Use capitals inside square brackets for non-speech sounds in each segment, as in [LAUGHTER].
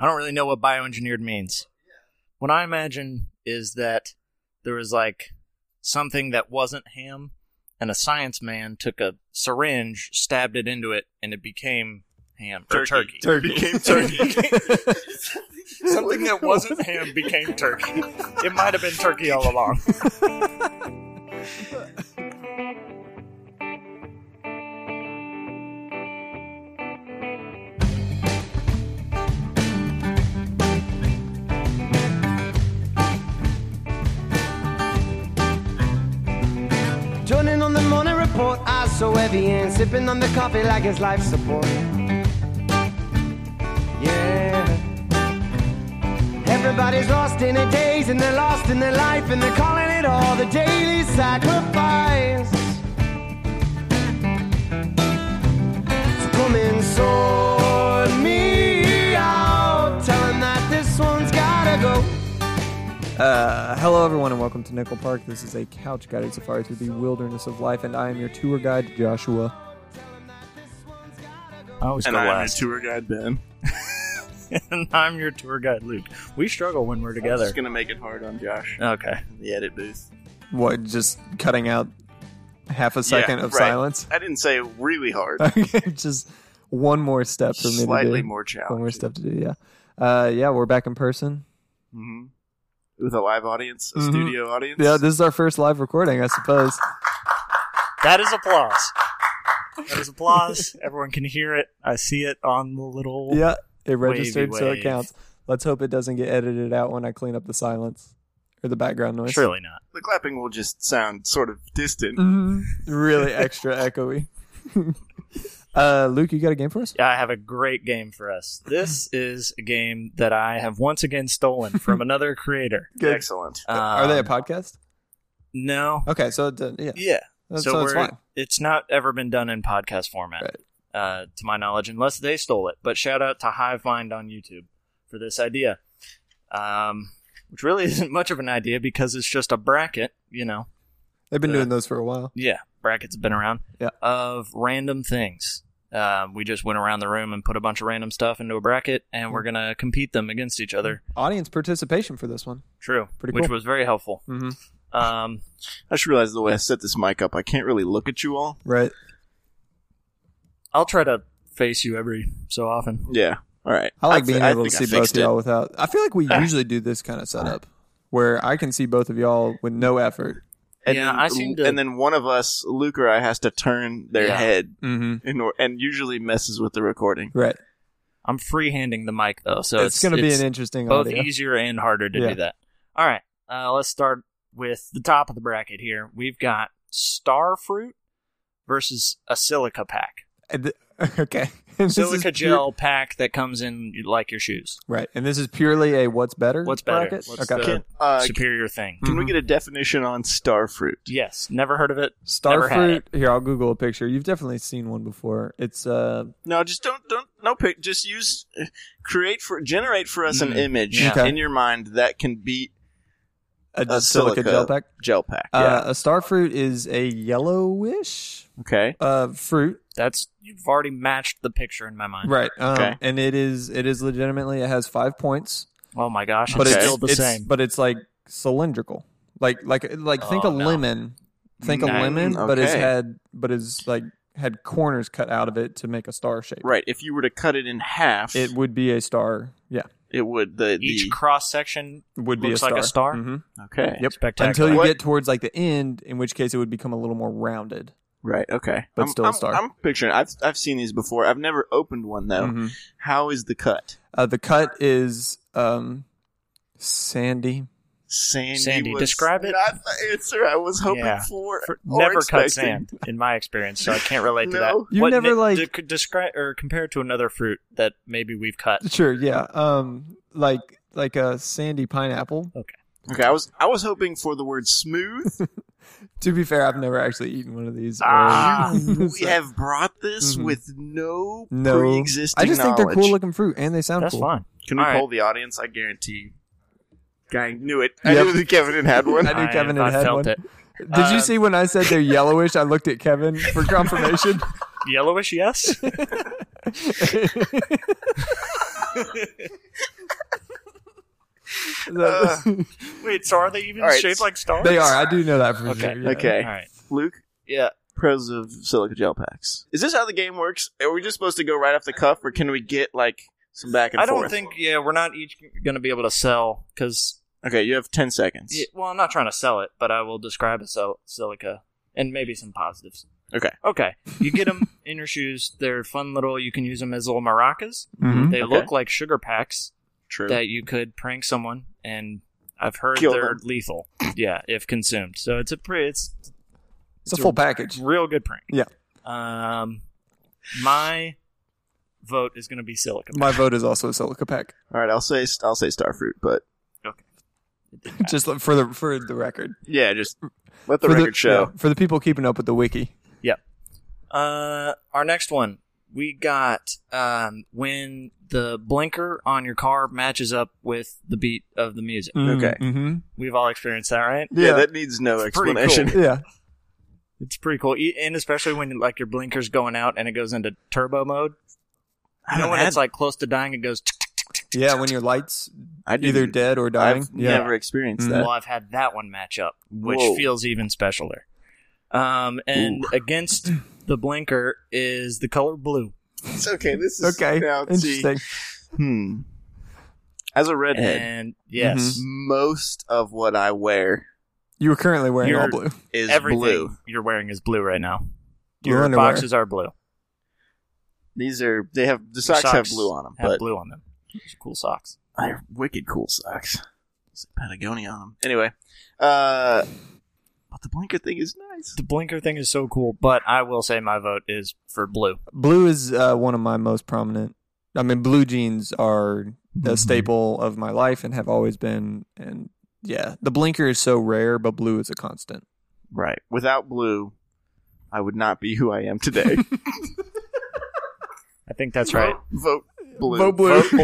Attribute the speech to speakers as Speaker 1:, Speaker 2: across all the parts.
Speaker 1: I don't really know what bioengineered means. What I imagine is that there was like something that wasn't ham, and a science man took a syringe, stabbed it into it, and it became ham or turkey.
Speaker 2: Turkey.
Speaker 3: Turkey.
Speaker 2: Became turkey.
Speaker 1: Something that wasn't ham became turkey. It might have been turkey all along.
Speaker 4: Joining on the morning report, eyes so heavy and sipping on the coffee like it's life support. Yeah. Everybody's lost in their days and they're lost in their life and they're calling it all the daily sacrifice. So come and sort me out, tell 'em that this one's gotta go.
Speaker 3: Uh, hello, everyone, and welcome to Nickel Park. This is a couch guided safari through the wilderness of life, and I am your tour guide, Joshua.
Speaker 1: I always
Speaker 2: and I'm your tour guide, Ben.
Speaker 1: and I'm your [LAUGHS] tour guide, Luke. We struggle when we're
Speaker 2: I'm
Speaker 1: together.
Speaker 2: just gonna make it hard on Josh
Speaker 1: Okay.
Speaker 2: in the edit booth.
Speaker 3: What, just cutting out half a second
Speaker 2: Yeah,
Speaker 3: of
Speaker 2: right.
Speaker 3: silence? [LAUGHS]
Speaker 2: I didn't say really hard.
Speaker 3: just one more step for me
Speaker 2: Slightly
Speaker 3: to do.
Speaker 2: more
Speaker 3: One
Speaker 2: challenging.
Speaker 3: more step to do, yeah. Uh, yeah, we're back in person.
Speaker 2: hmm With a live audience, a
Speaker 3: Mhm.
Speaker 2: studio audience.
Speaker 3: Yeah, this is our first live recording, I suppose.
Speaker 1: That is applause. That is applause. [LAUGHS] Everyone can hear it. I see it on the little.
Speaker 3: Yeah, it registered, so it
Speaker 1: wave.
Speaker 3: counts. Let's hope it doesn't get edited out when I clean up the silence or the background noise.
Speaker 1: Surely not.
Speaker 2: the clapping will just sound sort of distant.
Speaker 3: Mhm. [LAUGHS] really extra echoey. [LAUGHS] uh, Luke, you got a game for us?
Speaker 1: I have a great game for us. [LAUGHS] This is a game that I have once again stolen [LAUGHS] from another creator.
Speaker 3: Good.
Speaker 2: Excellent.
Speaker 3: Are they a
Speaker 1: Um,
Speaker 3: podcast?
Speaker 1: No.
Speaker 3: Okay, so it, did- yeah,
Speaker 1: Yeah.
Speaker 3: so,
Speaker 1: so
Speaker 3: it's
Speaker 1: we're,
Speaker 3: fine.
Speaker 1: it's not ever been done in podcast format, uh, to my knowledge, unless they stole it. But shout out to Hive Mind on YouTube for this idea, um, which really [LAUGHS] isn't much of an idea because it's just a bracket, you know.
Speaker 3: They've been
Speaker 1: uh,
Speaker 3: doing those for a while.
Speaker 1: Yeah, brackets have been around.
Speaker 3: Yeah.
Speaker 1: Of random things. Um, we just went around the room and put a bunch of random stuff into a bracket, and we're gonna compete them against each other.
Speaker 3: Audience participation for this one.
Speaker 1: True.
Speaker 3: Pretty
Speaker 1: Which
Speaker 3: cool.
Speaker 1: was very helpful.
Speaker 3: Mm-hmm.
Speaker 1: Um,
Speaker 2: I should realize the way I set this mic up, I can't really look at you all.
Speaker 3: Right.
Speaker 1: I'll try to face you every so often.
Speaker 2: Yeah. All right.
Speaker 3: I like
Speaker 2: fi-
Speaker 3: being able to
Speaker 2: think I
Speaker 3: see both
Speaker 2: fixed
Speaker 3: of
Speaker 2: it.
Speaker 3: y'all without. I feel
Speaker 1: [LAUGHS]
Speaker 3: like we usually do this kind of setup where I can see both of y'all with no effort.
Speaker 2: And
Speaker 1: Yeah,
Speaker 2: then,
Speaker 1: I seem to-
Speaker 2: And then one of us, Luke or I, has to turn their
Speaker 1: Yeah.
Speaker 2: head
Speaker 3: Mm-hmm.
Speaker 2: in or- and usually messes with the recording.
Speaker 3: Right.
Speaker 1: I'm freehanding the mic though, so
Speaker 3: it's,
Speaker 1: it's,
Speaker 3: going to be
Speaker 1: it's
Speaker 3: an interesting
Speaker 1: both
Speaker 3: audio.
Speaker 1: easier and harder to
Speaker 3: Yeah.
Speaker 1: do that. All right, uh, let's start with the top of the bracket here. We've got Starfruit versus a silica pack,
Speaker 3: And th- [LAUGHS] okay. And this is
Speaker 1: silica
Speaker 3: pure-
Speaker 1: gel pack that comes in like your shoes.
Speaker 3: right. And this is purely a what's better.
Speaker 1: What's better?
Speaker 3: bracket?
Speaker 1: What's
Speaker 3: okay.
Speaker 1: the-
Speaker 2: Can, uh,
Speaker 1: Superior thing.
Speaker 2: can we
Speaker 3: Mm-hmm.
Speaker 2: get a definition on starfruit?
Speaker 1: Yes, never heard of it. Never had
Speaker 3: Starfruit. Here, I'll Google a picture. You've definitely seen one before. It's uh,
Speaker 2: No, just don't don't no pic. Just use create for generate for us an
Speaker 1: Mm,
Speaker 2: image
Speaker 1: yeah.
Speaker 3: Okay.
Speaker 2: in your mind that can beat
Speaker 3: a,
Speaker 2: a silica,
Speaker 3: silica, gel pack.
Speaker 2: Gel pack.
Speaker 3: Uh, a starfruit is a yellowish
Speaker 2: yeah. Okay.
Speaker 3: uh, fruit,
Speaker 1: That's you've already matched the picture in my mind.
Speaker 3: right? Um,
Speaker 2: Okay.
Speaker 3: And it is it is legitimately it has five points,
Speaker 1: Oh my gosh,
Speaker 3: but
Speaker 1: it's
Speaker 3: it's
Speaker 1: still the
Speaker 3: it's-
Speaker 1: same.
Speaker 3: But it's like cylindrical, like like like think
Speaker 1: Oh,
Speaker 3: a
Speaker 1: no.
Speaker 3: lemon, think a
Speaker 2: Mm,
Speaker 3: lemon, but it's
Speaker 2: okay.
Speaker 3: had but it's like had corners cut out of it to make a star shape.
Speaker 2: Right. If you were to cut it in half,
Speaker 3: It
Speaker 2: it,
Speaker 3: would be a star. Yeah,
Speaker 2: would the,
Speaker 1: Each
Speaker 2: the
Speaker 1: cross section
Speaker 3: would be
Speaker 1: Looks
Speaker 3: a
Speaker 1: like a star?
Speaker 3: Mhm.
Speaker 2: okay.
Speaker 3: Yep.
Speaker 1: spectacular.
Speaker 3: Until you
Speaker 2: What-
Speaker 3: get towards like the end, in which case it would become a little more rounded.
Speaker 2: Right. Okay.
Speaker 3: But
Speaker 2: I'm,
Speaker 3: still a
Speaker 2: I'm,
Speaker 3: star.
Speaker 2: I'm picturing. I've I've seen these before. I've never opened one
Speaker 1: Oh.
Speaker 2: though.
Speaker 1: Mm-hmm.
Speaker 3: Mhm.
Speaker 2: How is the cut?
Speaker 3: Uh, the cut is um, sandy.
Speaker 2: Sandy.
Speaker 1: Sandy,
Speaker 2: was
Speaker 1: describe it.
Speaker 2: Not the answer I was hoping
Speaker 1: Yeah.
Speaker 2: for.
Speaker 1: For-
Speaker 2: or
Speaker 1: never
Speaker 2: expecting.
Speaker 1: cut sand in my experience, so I can't relate to that.
Speaker 2: No.
Speaker 3: You never, like-
Speaker 1: describe or compare it to another fruit that maybe we've cut.
Speaker 3: Sure, yeah. Um, like like a sandy pineapple.
Speaker 2: Okay. I was I was hoping for the word
Speaker 3: [LAUGHS]
Speaker 2: smooth.
Speaker 3: To be fair, I've never actually eaten one of these. [LAUGHS]
Speaker 2: Ah,
Speaker 3: Um,
Speaker 2: we have brought this
Speaker 3: Mhm.
Speaker 2: with no,
Speaker 3: no.
Speaker 2: pre-existing
Speaker 3: I just think they're
Speaker 2: knowledge.
Speaker 3: cool looking fruit, and they sound
Speaker 1: That's
Speaker 3: cool.
Speaker 1: fine.
Speaker 2: Can we
Speaker 1: All right.
Speaker 2: poll the audience? I guarantee. Guy knew it. I
Speaker 3: Yep.
Speaker 2: knew that Kevin had had one.
Speaker 3: I knew Kevin had
Speaker 1: I
Speaker 3: had
Speaker 1: felt
Speaker 3: one.
Speaker 1: it.
Speaker 3: Did
Speaker 1: Uh,
Speaker 3: you see when I said they're yellowish? I looked at Kevin
Speaker 2: [LAUGHS]
Speaker 3: for [LAUGHS] confirmation.
Speaker 1: Yellowish, yes.
Speaker 2: Uh,
Speaker 3: That-
Speaker 1: Wait, so are they even
Speaker 2: All right.
Speaker 1: shaped like stars?
Speaker 3: [LAUGHS] they are. I do know that for
Speaker 1: Okay.
Speaker 3: sure. yeah.
Speaker 2: Okay.
Speaker 1: All right.
Speaker 2: [LAUGHS] Luke,
Speaker 1: Yeah.
Speaker 2: pros of silica gel packs. Is this how the game works? Are we just supposed to go right off the cuff, or can we get like some back and
Speaker 1: I don't
Speaker 2: forth?
Speaker 1: think. Yeah, we're not each going to be able to sell because.
Speaker 2: Okay, you have ten seconds.
Speaker 1: well, I'm not trying to sell it, but I will describe a sil- silica and maybe some positives.
Speaker 2: Okay.
Speaker 1: Okay. You get them [LAUGHS] in your shoes. They're fun little. You can use them as little maracas.
Speaker 3: Mhm.
Speaker 1: They
Speaker 2: Mm-hmm. Okay.
Speaker 1: look like sugar packs
Speaker 2: True.
Speaker 1: that you could prank someone, and I've heard
Speaker 2: Kill
Speaker 1: they're
Speaker 2: them.
Speaker 1: lethal. Yeah, if consumed. So it's a pretty. It's
Speaker 3: It's a full package.
Speaker 1: real good prank.
Speaker 3: Yeah.
Speaker 1: Um, my vote is going to be silica.
Speaker 3: My vote is also a silica pack. [LAUGHS]
Speaker 2: All right, I'll say I'll say starfruit, but
Speaker 3: Just for the for the record.
Speaker 2: yeah, just let the
Speaker 3: for
Speaker 2: record show.
Speaker 3: yeah, for the people keeping up with the wiki.
Speaker 1: Uh, our next one we got um when the blinker on your car matches up with the beat of the music.
Speaker 2: Okay.
Speaker 3: hmm
Speaker 1: We've all experienced that, right?
Speaker 2: Yeah,
Speaker 3: Yeah.
Speaker 2: that needs no
Speaker 1: It's pretty
Speaker 2: explanation.
Speaker 3: Yeah.
Speaker 1: It's pretty cool, E- and especially when like your blinker's going out and it goes into turbo mode.
Speaker 2: I
Speaker 1: You know
Speaker 2: don't
Speaker 1: when
Speaker 2: have,
Speaker 1: it's like close to dying, it goes.
Speaker 3: Yeah. When your lights
Speaker 2: [LAUGHS] I didn't-
Speaker 3: either dead or dying.
Speaker 2: I've
Speaker 3: yeah.
Speaker 2: never experienced
Speaker 3: Mm.
Speaker 2: that.
Speaker 1: Well, I've had that one match up, which
Speaker 2: Whoa.
Speaker 1: feels even specialer. Um, and against the blinker is the color blue.
Speaker 2: It's okay. This is
Speaker 3: Okay.
Speaker 2: now, see,
Speaker 3: Interesting.
Speaker 2: Hmm. As a redhead, Mm-hmm.
Speaker 1: And yes,
Speaker 2: most of what I wear
Speaker 3: You were currently wearing
Speaker 1: You're-
Speaker 3: all blue.
Speaker 2: is
Speaker 1: everything
Speaker 2: blue.
Speaker 1: you're wearing is blue right now. [LAUGHS]
Speaker 3: Your
Speaker 1: Your
Speaker 3: underwear.
Speaker 1: boxes are blue.
Speaker 2: These are they have the
Speaker 1: Your
Speaker 2: socks, have blue on them,
Speaker 1: Have
Speaker 2: but
Speaker 1: blue on them. Those are cool socks.
Speaker 2: they're wicked cool socks. It's like Patagonia on them. Anyway, uh, but the blinker thing is nice.
Speaker 1: The blinker thing is so cool, but I will say my vote is for blue.
Speaker 3: Blue is uh, one of my most prominent. I mean, blue jeans are a
Speaker 1: Mhm.
Speaker 3: staple of my life and have always been. And yeah, the blinker is so rare, but blue is a constant.
Speaker 2: Right. Without blue, I would not be who I am today.
Speaker 1: I think that's right.
Speaker 2: Vote blue.
Speaker 3: Vote blue.
Speaker 1: Uh,
Speaker 2: [LAUGHS]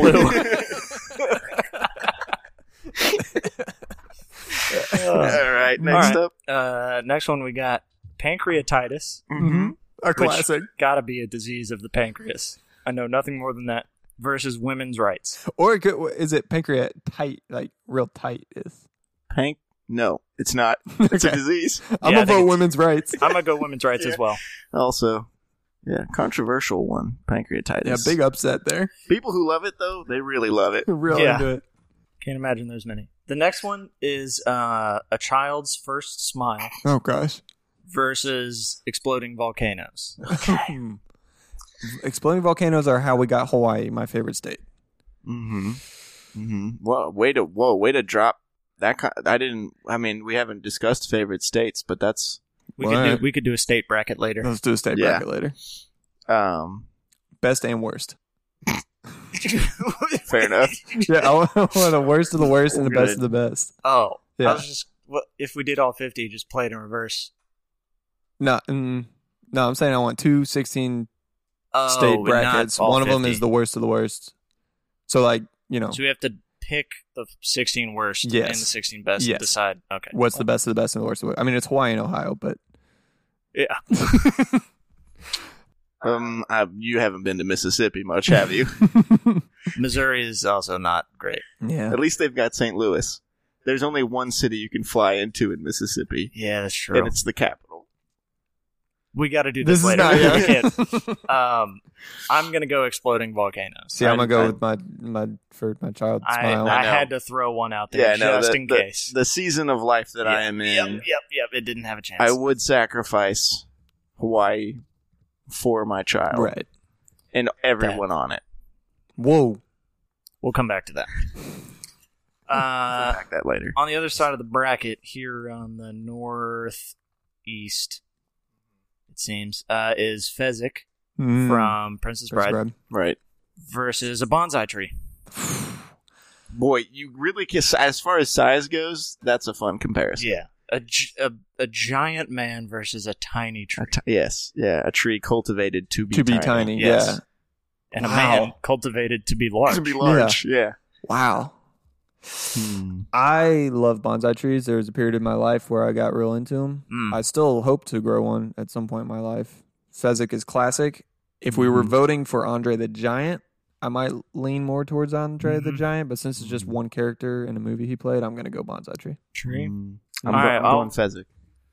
Speaker 2: All right. Next
Speaker 1: All right.
Speaker 2: up.
Speaker 1: uh, next one we got pancreatitis.
Speaker 3: Mm-hmm. A
Speaker 1: Which-
Speaker 3: classic.
Speaker 1: Gotta be a disease of the pancreas. I know nothing more than that. Versus women's rights.
Speaker 3: Or it could, is it pancreas tight, like real tight?
Speaker 1: [LAUGHS]
Speaker 3: Is
Speaker 2: Pank. No, it's not.
Speaker 3: [LAUGHS]
Speaker 2: It's a
Speaker 3: Okay.
Speaker 2: disease.
Speaker 3: I'm
Speaker 1: Yeah, I think
Speaker 3: about
Speaker 1: it's- [LAUGHS]
Speaker 3: women's rights.
Speaker 1: I'm
Speaker 2: [LAUGHS]
Speaker 1: gonna go women's rights as well.
Speaker 2: Also, yeah, controversial one. Pancreatitis.
Speaker 3: Yeah, big upset there. [LAUGHS]
Speaker 2: People who love it though, they really love it.
Speaker 3: Real
Speaker 1: Yeah.
Speaker 3: into it.
Speaker 1: Can't imagine there's many. The next one is uh, a child's first smile
Speaker 3: Oh [LAUGHS] gosh.
Speaker 1: versus exploding volcanoes.
Speaker 3: Hmm. Exploding volcanoes are how we got Hawaii, my favorite state.
Speaker 2: Mm-hmm. Mm-hmm. Whoa, way to whoa, way to drop that. Kind I didn't. I mean, we haven't discussed favorite states, but that's
Speaker 1: We could
Speaker 3: What?
Speaker 1: do we could do a state bracket later.
Speaker 3: Let's do a state
Speaker 2: Yeah.
Speaker 3: bracket later.
Speaker 2: um
Speaker 3: Best and worst.
Speaker 2: [LAUGHS] fair enough.
Speaker 3: Yeah, I want [LAUGHS] the worst of the worst and the
Speaker 2: We're gonna-
Speaker 3: best of the best.
Speaker 1: Oh,
Speaker 3: Yeah.
Speaker 1: I was just what if we did all fifty, just play it in reverse.
Speaker 3: No, mm, no, I'm saying I want two 16
Speaker 1: Oh,
Speaker 3: state
Speaker 1: and not
Speaker 3: brackets.
Speaker 1: all
Speaker 3: One of them
Speaker 1: 50.
Speaker 3: is the worst of the worst. So like, you know,
Speaker 1: So we have to pick the sixteen worst
Speaker 3: Yes.
Speaker 1: and the sixteen best
Speaker 3: Yes.
Speaker 1: to decide. Okay.
Speaker 3: what's the best of the best and the worst of the worst? I mean, it's Hawaii and Ohio, but
Speaker 1: Yeah.
Speaker 2: Um, I, you haven't been to Mississippi much, have you?
Speaker 1: Missouri is also not great.
Speaker 3: yeah.
Speaker 2: At least they've got St. Louis. There's only one city you can fly into in Mississippi,
Speaker 1: Yeah, that's true.
Speaker 2: and it's the capital.
Speaker 1: We got to do this,
Speaker 3: This is
Speaker 1: later.
Speaker 3: not
Speaker 1: We
Speaker 3: [LAUGHS]
Speaker 1: can't. um, I'm gonna go exploding volcanoes.
Speaker 3: See, I'm
Speaker 2: I-
Speaker 3: gonna go
Speaker 2: I-
Speaker 3: with my my for my child
Speaker 1: I,
Speaker 3: smile.
Speaker 1: I
Speaker 2: know.
Speaker 1: had to throw one out there
Speaker 2: no,
Speaker 1: just
Speaker 2: the,
Speaker 1: in
Speaker 2: the-
Speaker 1: case.
Speaker 2: The season of life that I am in,
Speaker 1: Yep, yep, yep. It didn't have a chance.
Speaker 2: I would sacrifice Hawaii for my child
Speaker 3: right.
Speaker 2: and everyone on it.
Speaker 3: Whoa.
Speaker 1: we'll come back to
Speaker 3: [LAUGHS]
Speaker 1: that. Uh,
Speaker 2: Back that later.
Speaker 1: on the other side of the bracket, here on the northeast, it seems, uh, is Fezzik
Speaker 3: Mm.
Speaker 1: from Princess
Speaker 3: That's
Speaker 1: Bride
Speaker 3: right.
Speaker 2: Right.
Speaker 1: versus a bonsai tree.
Speaker 2: Boy, you really kiss as far as size goes, that's a fun comparison.
Speaker 1: Yeah, a, gi- a, a giant man versus a tiny tree,
Speaker 2: A ti- yes. Yeah. A tree cultivated to be
Speaker 3: To be
Speaker 2: tiny.
Speaker 3: tiny,
Speaker 1: Yes.
Speaker 3: yeah.
Speaker 1: and a
Speaker 3: Wow.
Speaker 1: man cultivated to be large.
Speaker 2: To be large. Yeah.
Speaker 3: Wow. Hmm. I love bonsai trees. There was a period in my life where I got real into them.
Speaker 1: Mm.
Speaker 3: I still hope to grow one
Speaker 1: Hmm.
Speaker 3: at some point in my life. Fezzik is classic. If we were voting for Andre the Giant, I might lean more towards Andre the
Speaker 1: Mhm.
Speaker 3: Giant, but since it's just one character in a movie he played, I'm gonna go Bonsai Tree.
Speaker 1: Tree.
Speaker 2: Mm.
Speaker 1: All
Speaker 2: I'm,
Speaker 1: right,
Speaker 2: go-
Speaker 1: I'll-
Speaker 2: I'm going Fezzik.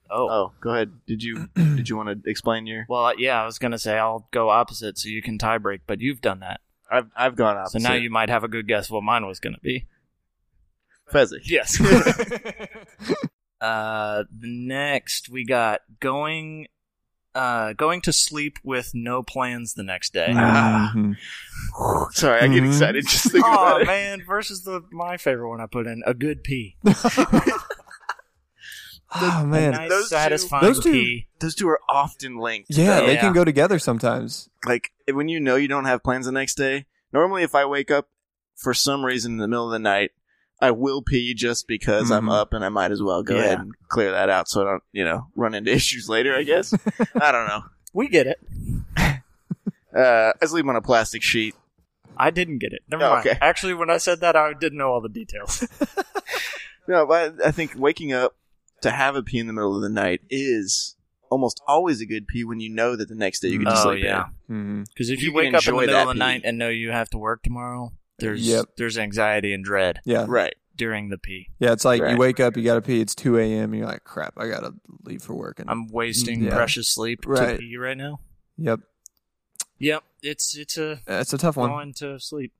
Speaker 1: Oh.
Speaker 2: Oh, go ahead. Did [CLEARS THROAT] you did you want to explain your?
Speaker 1: Well, yeah, I was gonna say I'll go opposite so you can tie break, but you've done that,
Speaker 2: I've I've gone opposite.
Speaker 1: so now you might have a good guess what mine was gonna be.
Speaker 2: Fezzik.
Speaker 1: [LAUGHS] Yes. uh, next we got going, uh, going to sleep with no plans the next day.
Speaker 2: Ah.
Speaker 3: Mhm.
Speaker 2: [LAUGHS] Sorry, I get
Speaker 3: Mhm.
Speaker 2: excited just thinking about
Speaker 1: Oh
Speaker 2: it.
Speaker 1: man, versus the my favorite one I put in a good pee,
Speaker 3: [SIGHS] [LAUGHS] oh
Speaker 1: a
Speaker 3: man,
Speaker 1: nice
Speaker 2: those two-
Speaker 1: satisfying
Speaker 3: those two-
Speaker 1: pee.
Speaker 2: Those two are often linked.
Speaker 3: yeah, they
Speaker 1: Yeah.
Speaker 3: can go together sometimes.
Speaker 2: Like eh, when you know you don't have plans the next day. Normally, if I wake up for some reason in the middle of the night, I will pee just because I'm
Speaker 3: Mhm.
Speaker 2: up and I might as well go
Speaker 1: Mm-hmm. Yeah.
Speaker 2: ahead and clear that out so I don't, you know, run into [LAUGHS] issues later.
Speaker 1: [LAUGHS]
Speaker 2: I guess. I don't know.
Speaker 1: We get it.
Speaker 2: Uh, I sleep on a plastic sheet.
Speaker 1: I didn't get it. Never
Speaker 2: Oh,
Speaker 1: mind.
Speaker 2: okay.
Speaker 1: Actually, when I said that, I didn't know all the
Speaker 3: [LAUGHS]
Speaker 1: details.
Speaker 2: No, but I think waking up to have a pee in the middle of the night is almost always a good pee when you know that the next day you can just
Speaker 1: oh
Speaker 2: sleep
Speaker 1: yeah,
Speaker 3: Mhm.
Speaker 1: because if
Speaker 2: You
Speaker 1: you,
Speaker 2: can
Speaker 1: wake up in the
Speaker 2: enjoy
Speaker 1: middle
Speaker 2: that
Speaker 1: of the
Speaker 2: pee.
Speaker 1: night and know you have to work tomorrow, there's
Speaker 3: Yep.
Speaker 1: there's anxiety and dread
Speaker 3: Yeah,
Speaker 2: in. Right.
Speaker 1: during the pee.
Speaker 3: yeah. It's like you
Speaker 2: Right.
Speaker 3: wake up, you gotta pee. It's two a.m. You're like, crap, I gotta leave for work. And
Speaker 1: I'm wasting
Speaker 3: Mm, Yeah.
Speaker 1: precious sleep to
Speaker 3: Right.
Speaker 1: pee right now.
Speaker 3: yep,
Speaker 1: Yep, it's it's a
Speaker 3: that's a tough one.
Speaker 1: going to sleep.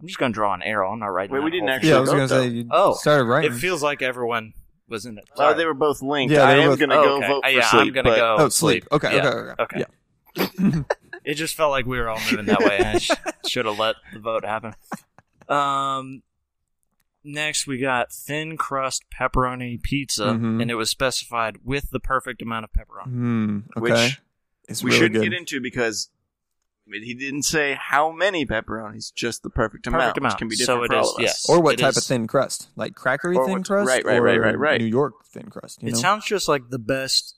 Speaker 1: I'm just gonna draw an arrow. I'm not writing.
Speaker 2: Wait, we
Speaker 1: that
Speaker 2: didn't
Speaker 1: whole
Speaker 2: actually-
Speaker 3: Yeah, I was gonna
Speaker 2: though.
Speaker 3: say you
Speaker 1: Oh,
Speaker 3: started
Speaker 1: thing.
Speaker 3: writing.
Speaker 1: It feels like everyone was in it.
Speaker 2: Oh, they were both linked.
Speaker 3: Yeah,
Speaker 2: I
Speaker 3: they were
Speaker 2: am
Speaker 3: both-
Speaker 2: gonna
Speaker 1: Oh,
Speaker 2: go
Speaker 1: okay.
Speaker 2: vote
Speaker 1: Uh,
Speaker 2: for
Speaker 1: yeah,
Speaker 2: sleep.
Speaker 1: I'm gonna
Speaker 2: but-
Speaker 1: go
Speaker 3: oh, sleep. Okay,
Speaker 1: Yeah.
Speaker 3: okay, okay,
Speaker 1: Okay.
Speaker 3: Yeah.
Speaker 1: It just felt like we were all moving that way. I sh- [LAUGHS] should have let the vote happen. Um, next we got thin crust pepperoni pizza,
Speaker 3: Mhm.
Speaker 1: and it was specified with the perfect amount of pepperoni.
Speaker 3: Hmm. Okay.
Speaker 2: Which
Speaker 3: it's
Speaker 2: we
Speaker 3: really
Speaker 2: shouldn't
Speaker 3: good.
Speaker 2: get into because I mean, he didn't say how many pepperonis, just the perfect amount,
Speaker 1: Perfect amount.
Speaker 2: which can be
Speaker 1: So
Speaker 2: different
Speaker 1: it
Speaker 2: for
Speaker 1: is-
Speaker 2: all of us.
Speaker 1: yes.
Speaker 3: Or what
Speaker 1: It
Speaker 3: type of
Speaker 1: is-
Speaker 3: thin crust? Like crackery
Speaker 2: Or
Speaker 3: thin
Speaker 2: what-
Speaker 3: crust?
Speaker 2: right, right, right,
Speaker 3: or
Speaker 2: right, right.
Speaker 3: New York thin crust. You
Speaker 1: It
Speaker 3: know?
Speaker 1: sounds just like the best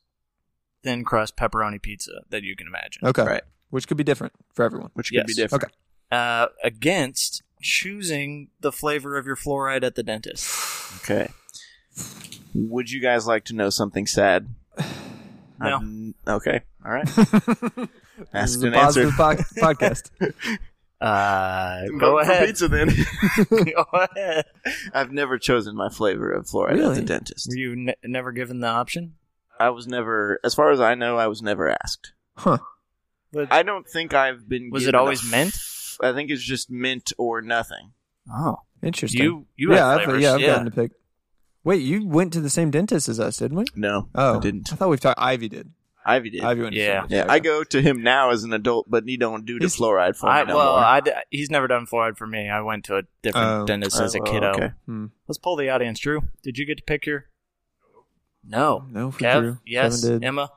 Speaker 1: thin crust pepperoni pizza that you can imagine.
Speaker 3: okay.
Speaker 2: Right.
Speaker 3: Which could be different for everyone.
Speaker 2: Which could be
Speaker 1: Yes.
Speaker 2: different.
Speaker 3: Okay.
Speaker 1: Uh, against choosing the flavor of your fluoride at the dentist.
Speaker 2: Okay. Would you guys like to know something sad?
Speaker 1: No.
Speaker 2: Um, okay. All right.
Speaker 3: This is
Speaker 2: Asked
Speaker 3: a
Speaker 2: and answered.
Speaker 3: positive
Speaker 2: [LAUGHS]
Speaker 3: po- podcast.
Speaker 1: Uh, go
Speaker 2: Vote for
Speaker 3: [LAUGHS]
Speaker 1: ahead. [LAUGHS]
Speaker 2: Pizza then. [LAUGHS]
Speaker 1: go ahead.
Speaker 2: I've never chosen my flavor of fluoride at
Speaker 3: Really?
Speaker 2: the dentist.
Speaker 1: Were you ne- never given the option?
Speaker 2: I was never, as far as I know, I was never asked.
Speaker 3: Huh.
Speaker 1: But-
Speaker 2: I don't think I've been.
Speaker 1: Was
Speaker 2: given
Speaker 1: it always
Speaker 2: a f-
Speaker 1: mint?
Speaker 2: I think it's just mint or nothing.
Speaker 1: Oh,
Speaker 3: Interesting.
Speaker 1: you you
Speaker 3: yeah,
Speaker 1: have
Speaker 3: I've,
Speaker 1: flavors.
Speaker 3: yeah, I've gotten to pick. Wait, you went to the same dentist as us, didn't we?
Speaker 2: No,
Speaker 3: Oh,
Speaker 2: I didn't.
Speaker 3: I thought we've talked. Ivy did.
Speaker 2: Ivy did.
Speaker 3: Ivy went. to the
Speaker 1: Yeah.
Speaker 3: same
Speaker 2: Yeah,
Speaker 3: dentist.
Speaker 2: I go to him now as an adult, but he don't do the
Speaker 3: He's-
Speaker 2: fluoride for me
Speaker 1: I,
Speaker 2: no
Speaker 1: well,
Speaker 2: more. Oh,
Speaker 1: I d- he's never done fluoride for me. I went to a different
Speaker 3: Oh.
Speaker 1: dentist
Speaker 2: Oh,
Speaker 1: as a
Speaker 2: well,
Speaker 1: kiddo.
Speaker 2: okay.
Speaker 3: Hmm.
Speaker 1: Let's pull the audience. Drew, did you get to pick your? No.
Speaker 3: No, for
Speaker 1: Kev,
Speaker 3: Drew.
Speaker 1: yes.
Speaker 3: Kevin did.
Speaker 1: Emma,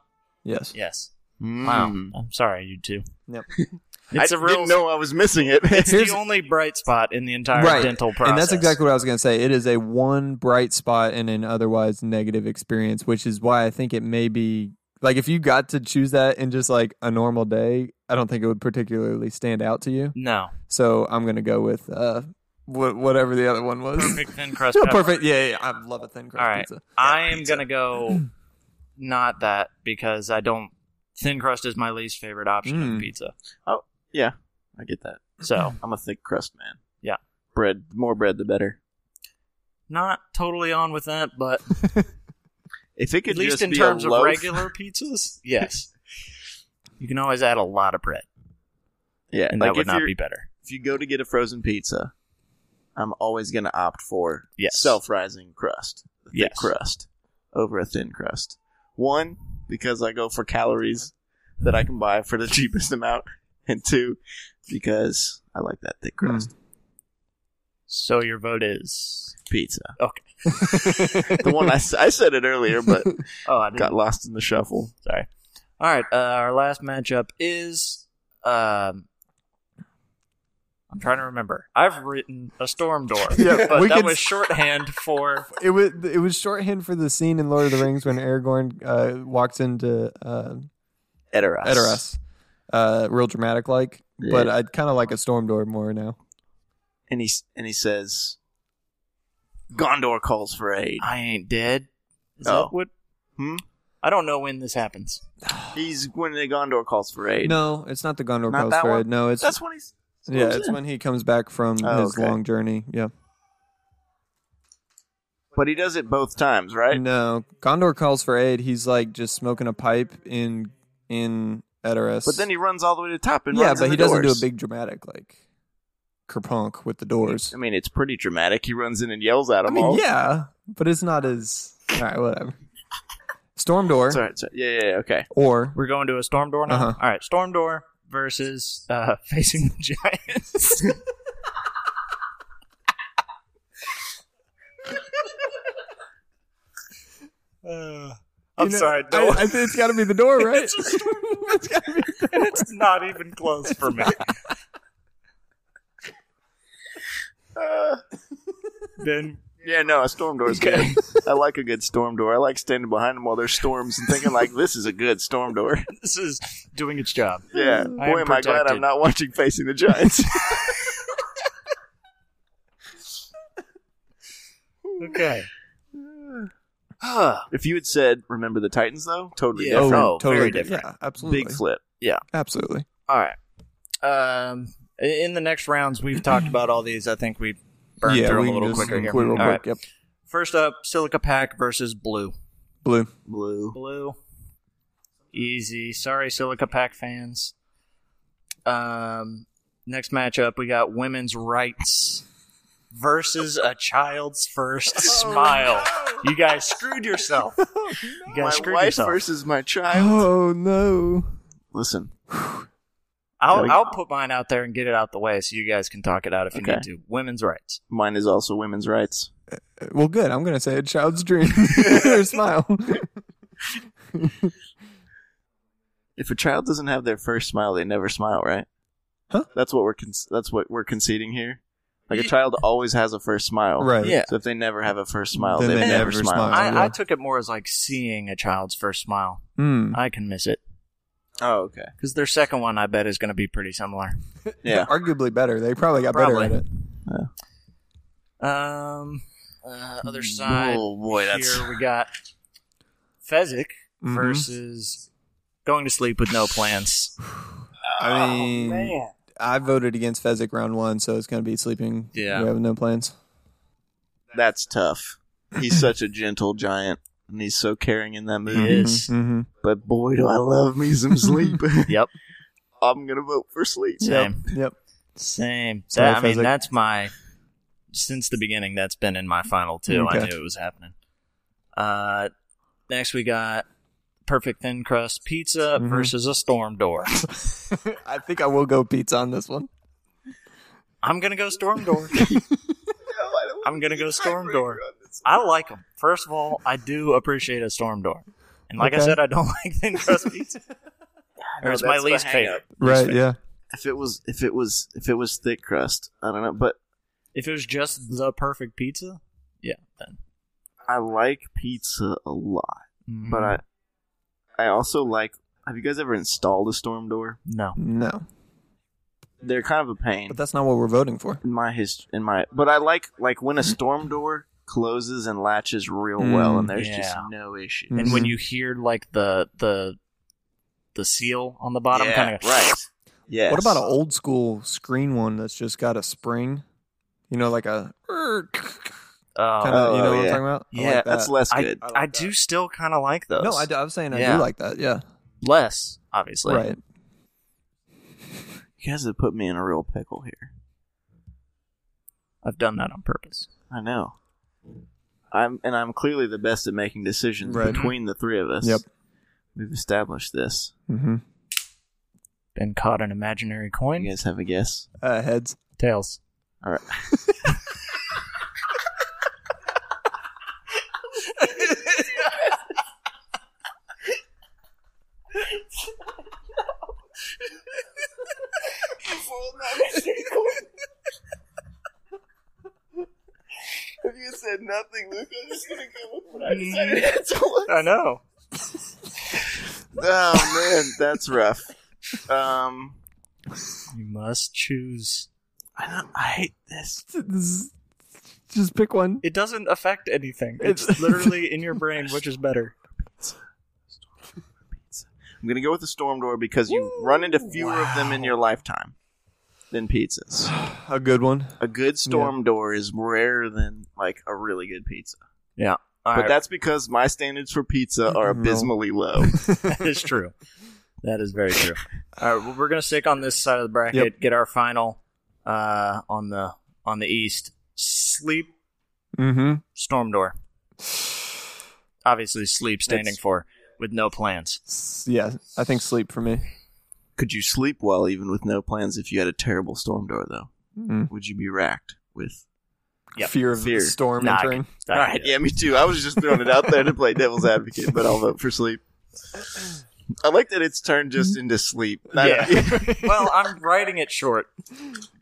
Speaker 3: Yes.
Speaker 1: yes.
Speaker 2: Mm.
Speaker 1: Wow. I'm sorry, you two.
Speaker 3: Yep.
Speaker 1: Hmm. [LAUGHS] It's
Speaker 2: I
Speaker 1: a real.
Speaker 2: didn't know I was missing it.
Speaker 1: It's
Speaker 3: Here's-
Speaker 1: the only bright spot in the entire
Speaker 3: Right.
Speaker 1: dental process.
Speaker 3: And that's exactly what I was going to say. It is a one bright spot in an otherwise negative experience, which is why I think it may be like if you got to choose that in just like a normal day, I don't think it would particularly stand out to you.
Speaker 1: No.
Speaker 3: So I'm going to go with uh, wh- whatever the other one was. [LAUGHS]
Speaker 1: Perfect thin crust.
Speaker 3: Yeah,
Speaker 1: pepper.
Speaker 3: perfect. Yeah, yeah, I love a thin crust
Speaker 1: All right.
Speaker 3: pizza.
Speaker 1: I am gonna go not that because I don't thin crust is my least favorite option
Speaker 3: Mm.
Speaker 1: of pizza.
Speaker 2: yeah, I get that.
Speaker 1: So
Speaker 2: I'm a thick crust man.
Speaker 1: Yeah.
Speaker 2: bread, the more bread, the better.
Speaker 1: not totally on with that, but
Speaker 2: If it [LAUGHS] could
Speaker 1: at least
Speaker 2: just
Speaker 1: in
Speaker 2: be
Speaker 1: terms
Speaker 2: a
Speaker 1: of
Speaker 2: loaf,
Speaker 1: regular pizzas, yes. You can always add a lot of bread,
Speaker 2: yeah,
Speaker 1: and
Speaker 2: like
Speaker 1: that would
Speaker 2: if
Speaker 1: not
Speaker 2: you're-
Speaker 1: be better.
Speaker 2: If you go to get a frozen pizza, I'm always gonna opt for
Speaker 1: Yes.
Speaker 2: self-rising crust, the thick
Speaker 1: Yes.
Speaker 2: crust over a thin crust. One because I go for calories that I can buy for the [LAUGHS] cheapest amount, and two because I like that
Speaker 1: Hmm.
Speaker 2: thick crust.
Speaker 1: So your vote is
Speaker 2: pizza.
Speaker 1: Okay.
Speaker 2: the one I, s- I said it
Speaker 1: [LAUGHS]
Speaker 2: earlier, but
Speaker 1: oh, I didn't.
Speaker 2: got lost in the shuffle.
Speaker 1: Sorry. All right, uh, our last matchup is um. I'm trying to remember. I've written a storm door,
Speaker 3: Yeah,
Speaker 1: but
Speaker 3: we
Speaker 1: that
Speaker 3: could-
Speaker 1: was shorthand for
Speaker 3: It was it was shorthand for the scene in Lord of the Rings when Aragorn uh, walks into uh,
Speaker 2: Edoras.
Speaker 3: Edoras, uh, real dramatic like. But
Speaker 2: Yeah.
Speaker 3: I'd kind of like a storm door more now.
Speaker 2: And he, s- and he says, Gondor calls for aid.
Speaker 1: I ain't dead. Is
Speaker 2: Oh.
Speaker 1: that what?
Speaker 2: Hmm?
Speaker 1: I don't know when this happens.
Speaker 2: He's when the Gondor calls for aid.
Speaker 3: No, it's not the Gondor
Speaker 2: Not
Speaker 3: Coast
Speaker 2: that
Speaker 3: Thread.
Speaker 2: one?
Speaker 3: No, it's
Speaker 2: That's when he's.
Speaker 3: Yeah, it's when he comes back from
Speaker 2: Oh,
Speaker 3: his
Speaker 2: okay.
Speaker 3: long journey. Yeah.
Speaker 2: But he does it both times, right?
Speaker 3: No, Gondor calls for aid. He's like just smoking a pipe in in Edoras.
Speaker 2: But then he runs all the way to the top and
Speaker 3: yeah,
Speaker 2: runs in
Speaker 3: but he
Speaker 2: the
Speaker 3: doesn't do
Speaker 2: doors.
Speaker 3: a big dramatic like kerpunk with the doors.
Speaker 2: I mean, it's pretty dramatic. He runs in and yells at
Speaker 3: I
Speaker 2: him.
Speaker 3: mean,
Speaker 2: all.
Speaker 3: yeah, but it's not as all right. Whatever. Storm door
Speaker 2: Sorry, sorry. Yeah, yeah, yeah. Okay.
Speaker 3: or
Speaker 1: We're going to a storm door now.
Speaker 3: Uh-huh.
Speaker 1: All right, storm door versus uh, [LAUGHS] facing the giants. [LAUGHS] Uh, I'm
Speaker 3: You know,
Speaker 1: sorry,
Speaker 3: I,
Speaker 1: no,
Speaker 3: I think it's got to be
Speaker 2: [LAUGHS]
Speaker 3: the door, right?
Speaker 1: It's a storm
Speaker 3: It's
Speaker 1: [LAUGHS]
Speaker 3: gotta be-
Speaker 1: and it's not even close for
Speaker 3: [LAUGHS]
Speaker 1: me.
Speaker 2: Uh,
Speaker 1: then
Speaker 2: yeah, no, a storm door is good. I like a good storm door. I like standing behind them while there's storms and thinking like, this is a good storm
Speaker 3: [LAUGHS]
Speaker 2: door.
Speaker 1: this is doing its job.
Speaker 2: Yeah.
Speaker 1: I am
Speaker 2: Boy, am, I glad
Speaker 1: protected.
Speaker 2: I'm not watching Facing the Giants. [LAUGHS]
Speaker 1: [SIGHS] Okay.
Speaker 2: if you had said, remember the Titans though, totally
Speaker 1: Yeah.
Speaker 2: different.
Speaker 1: Oh,
Speaker 3: totally
Speaker 1: very
Speaker 3: different.
Speaker 1: different.
Speaker 3: Yeah, absolutely.
Speaker 2: Big flip.
Speaker 3: Absolutely.
Speaker 1: All right. Um, i- in the next rounds, we've talked about all these. I think we burned
Speaker 3: yeah,
Speaker 1: through
Speaker 3: we
Speaker 1: them a
Speaker 3: can
Speaker 1: little
Speaker 3: just
Speaker 1: quicker here.
Speaker 3: quick, real
Speaker 1: All right.
Speaker 3: quick, Yep.
Speaker 1: First up, Silica Pack versus Blue.
Speaker 3: Blue.
Speaker 2: Blue.
Speaker 1: Blue. Easy. Sorry, Silica Pack fans. Um, next matchup, we got women's rights versus a child's
Speaker 3: [LAUGHS]
Speaker 1: first
Speaker 3: Oh,
Speaker 1: smile. You guys screwed yourself. You guys
Speaker 2: My
Speaker 1: screwed
Speaker 2: wife
Speaker 1: yourself.
Speaker 2: versus my child.
Speaker 3: [GASPS] Oh no.
Speaker 2: Listen,
Speaker 1: I'll,
Speaker 2: Gotta-
Speaker 1: I'll put mine out there and get it out the way so you guys can talk it out if you
Speaker 2: Okay.
Speaker 1: need to. Women's rights.
Speaker 2: mine is also women's rights.
Speaker 3: Uh, Well, good. I'm gonna say a child's [LAUGHS] dream. Or smile.
Speaker 2: If a child doesn't have their first smile, they never smile, right?
Speaker 3: Huh?
Speaker 2: That's what we're con- that's what we're conceding here. Like a child always has a first smile,
Speaker 3: Right.
Speaker 1: Yeah.
Speaker 2: So if they never have a first smile,
Speaker 3: Then
Speaker 2: they,
Speaker 3: they
Speaker 2: never,
Speaker 3: never
Speaker 2: smile.
Speaker 3: smile.
Speaker 1: I,
Speaker 3: yeah.
Speaker 1: I took it more as like seeing a child's first smile.
Speaker 3: Hmm.
Speaker 1: I can miss it
Speaker 2: Oh, okay.
Speaker 1: because their second one, I bet, is going to be pretty similar.
Speaker 2: Yeah.
Speaker 3: Arguably better. They probably got
Speaker 1: Probably.
Speaker 3: better at it.
Speaker 1: Um, uh, other side.
Speaker 2: Oh boy, that's
Speaker 1: Here we got Fezzik
Speaker 3: Mhm.
Speaker 1: versus going to sleep with no Oh, plans.
Speaker 3: I mean, I voted against Fezzik round one, so it's going to be sleeping.
Speaker 1: Yeah.
Speaker 3: we have no plans.
Speaker 2: that's tough.
Speaker 3: [LAUGHS]
Speaker 2: He's such a gentle giant, and he's so caring in that movie.
Speaker 1: He is.
Speaker 3: Mhm.
Speaker 2: But boy, do I love me some
Speaker 3: [LAUGHS]
Speaker 2: sleep.
Speaker 1: Yep.
Speaker 2: [LAUGHS] I'm gonna vote for sleep.
Speaker 1: Same.
Speaker 2: [LAUGHS]
Speaker 3: Yep.
Speaker 1: Same.
Speaker 3: Sorry,
Speaker 1: That- I mean,
Speaker 3: Fezzik.
Speaker 1: that's my since the beginning. That's been in my final two. I
Speaker 3: Okay.
Speaker 1: knew it was happening. Uh, next we got perfect thin crust pizza
Speaker 2: Mm-hmm.
Speaker 3: Mhm.
Speaker 1: versus a storm door. [LAUGHS]
Speaker 3: I think I will go pizza on this one.
Speaker 1: I'm gonna go storm
Speaker 2: [LAUGHS]
Speaker 1: door. I'm gonna go storm door. I like them. First of all, I do appreciate a storm door, and like I
Speaker 3: Okay.
Speaker 1: said, I don't [LAUGHS] like thin crust
Speaker 2: [LAUGHS]
Speaker 1: pizza. Or it's my
Speaker 2: that's the
Speaker 1: least
Speaker 2: hang-up.
Speaker 1: favorite.
Speaker 3: Right? Yeah.
Speaker 2: If it was, if it was, if it was thick crust, I don't know. But
Speaker 1: If it was just the perfect pizza, yeah, then.
Speaker 2: I like pizza a lot. But
Speaker 1: mm,
Speaker 3: Mm-hmm.
Speaker 2: I, I also like. Have you guys ever installed a storm door?
Speaker 1: no,
Speaker 3: No,
Speaker 2: They're kind of a pain
Speaker 3: but that's not what we're voting for.
Speaker 2: in my hist in my. But I like like
Speaker 3: [LAUGHS]
Speaker 2: when a storm door closes and latches real
Speaker 3: Mm,
Speaker 2: well, and there's just
Speaker 1: yeah.
Speaker 2: no issue.
Speaker 3: Mm.
Speaker 1: and when you hear like the the the seal on the bottom,
Speaker 2: yeah,
Speaker 1: kind of
Speaker 3: [SNIFFS]
Speaker 2: right. Yes.
Speaker 3: What about an old school screen one that's just got a spring? You know,
Speaker 2: [LAUGHS]
Speaker 3: like a
Speaker 1: [LAUGHS] Oh,
Speaker 3: kind of. you know
Speaker 2: oh,
Speaker 3: what I'm
Speaker 2: yeah.
Speaker 3: talking about? I
Speaker 2: Yeah,
Speaker 3: like
Speaker 2: that's
Speaker 3: that.
Speaker 2: less
Speaker 1: I
Speaker 2: good.
Speaker 1: I, do still kind of like those.
Speaker 3: No, I, d- I was saying I
Speaker 1: Yeah.
Speaker 3: do like that. Yeah.
Speaker 1: less obviously.
Speaker 3: Right.
Speaker 2: You guys have put me in a real pickle here.
Speaker 1: I've done that on purpose.
Speaker 2: I know. I'm and I'm clearly the best at making decisions
Speaker 3: Right.
Speaker 2: between the three of us.
Speaker 3: Yep.
Speaker 2: We've established this.
Speaker 3: Mm-hmm.
Speaker 1: Been caught an imaginary coin.
Speaker 2: You guys have a guess?
Speaker 3: Uh, [LAUGHS] heads.
Speaker 1: Tails.
Speaker 2: All right. If you said nothing, Luke, I'm just gonna go with what I
Speaker 1: Mm.
Speaker 2: [LAUGHS] decided. That's all
Speaker 1: [LAUGHS] I know.
Speaker 2: Oh man, that's rough. Um,
Speaker 1: You must choose.
Speaker 2: I don't. I hate this.
Speaker 3: Just pick one.
Speaker 1: It doesn't affect anything.
Speaker 3: It's-
Speaker 2: [LAUGHS]
Speaker 1: It's literally in your brain, which is better.
Speaker 2: I'm gonna go with the storm door because you run into fewer of them in your lifetime. than pizzas.
Speaker 3: A good one.
Speaker 2: A good storm door is rarer than like a really good pizza.
Speaker 1: All
Speaker 2: but
Speaker 1: right,
Speaker 2: that's because my standards for pizza are
Speaker 3: No.
Speaker 2: abysmally low.
Speaker 1: that is true. That is very true. All right, well, we're gonna stick on this side of the bracket. Get our final uh, on the on the east. Sleep
Speaker 3: mm-hmm.
Speaker 1: storm door. Obviously, sleep standing
Speaker 2: That's-
Speaker 1: for with no plans.
Speaker 3: Yeah, I think sleep for me.
Speaker 2: Could you sleep well even with no plans if you had a terrible storm door though?
Speaker 3: Mm.
Speaker 2: Would you be racked with?
Speaker 1: Yep.
Speaker 3: Fear of
Speaker 2: Fear.
Speaker 3: storm
Speaker 1: Nah, I
Speaker 3: entering.
Speaker 1: All
Speaker 2: Alright, yeah, me too. I was just throwing it out there to play devil's advocate, but I'll vote for sleep. I like that it's turned just into sleep.
Speaker 1: Yeah. well, I'm writing it short,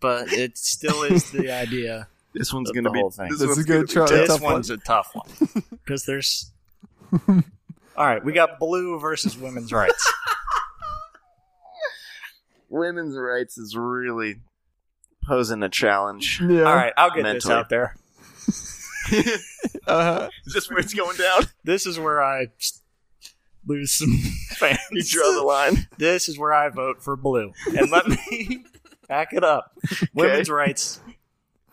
Speaker 1: but it still is the idea.
Speaker 2: this one's
Speaker 1: The
Speaker 2: gonna be.
Speaker 1: whole thing.
Speaker 2: This,
Speaker 3: This
Speaker 2: one's
Speaker 3: is
Speaker 2: gonna
Speaker 3: good
Speaker 2: be
Speaker 3: try.
Speaker 2: tough.
Speaker 1: This
Speaker 3: tough one.
Speaker 1: one's a tough one because there's. All right, we got blue versus women's rights.
Speaker 2: Women's rights is really posing a challenge.
Speaker 3: Yeah.
Speaker 1: All right, I'll get this
Speaker 2: Mentally.
Speaker 1: out there.
Speaker 2: is
Speaker 3: Uh,
Speaker 2: this where it's going down?
Speaker 1: This is where I lose some fans.
Speaker 2: You draw the line.
Speaker 1: This is where I vote for blue. And let me back it up. Women's rights.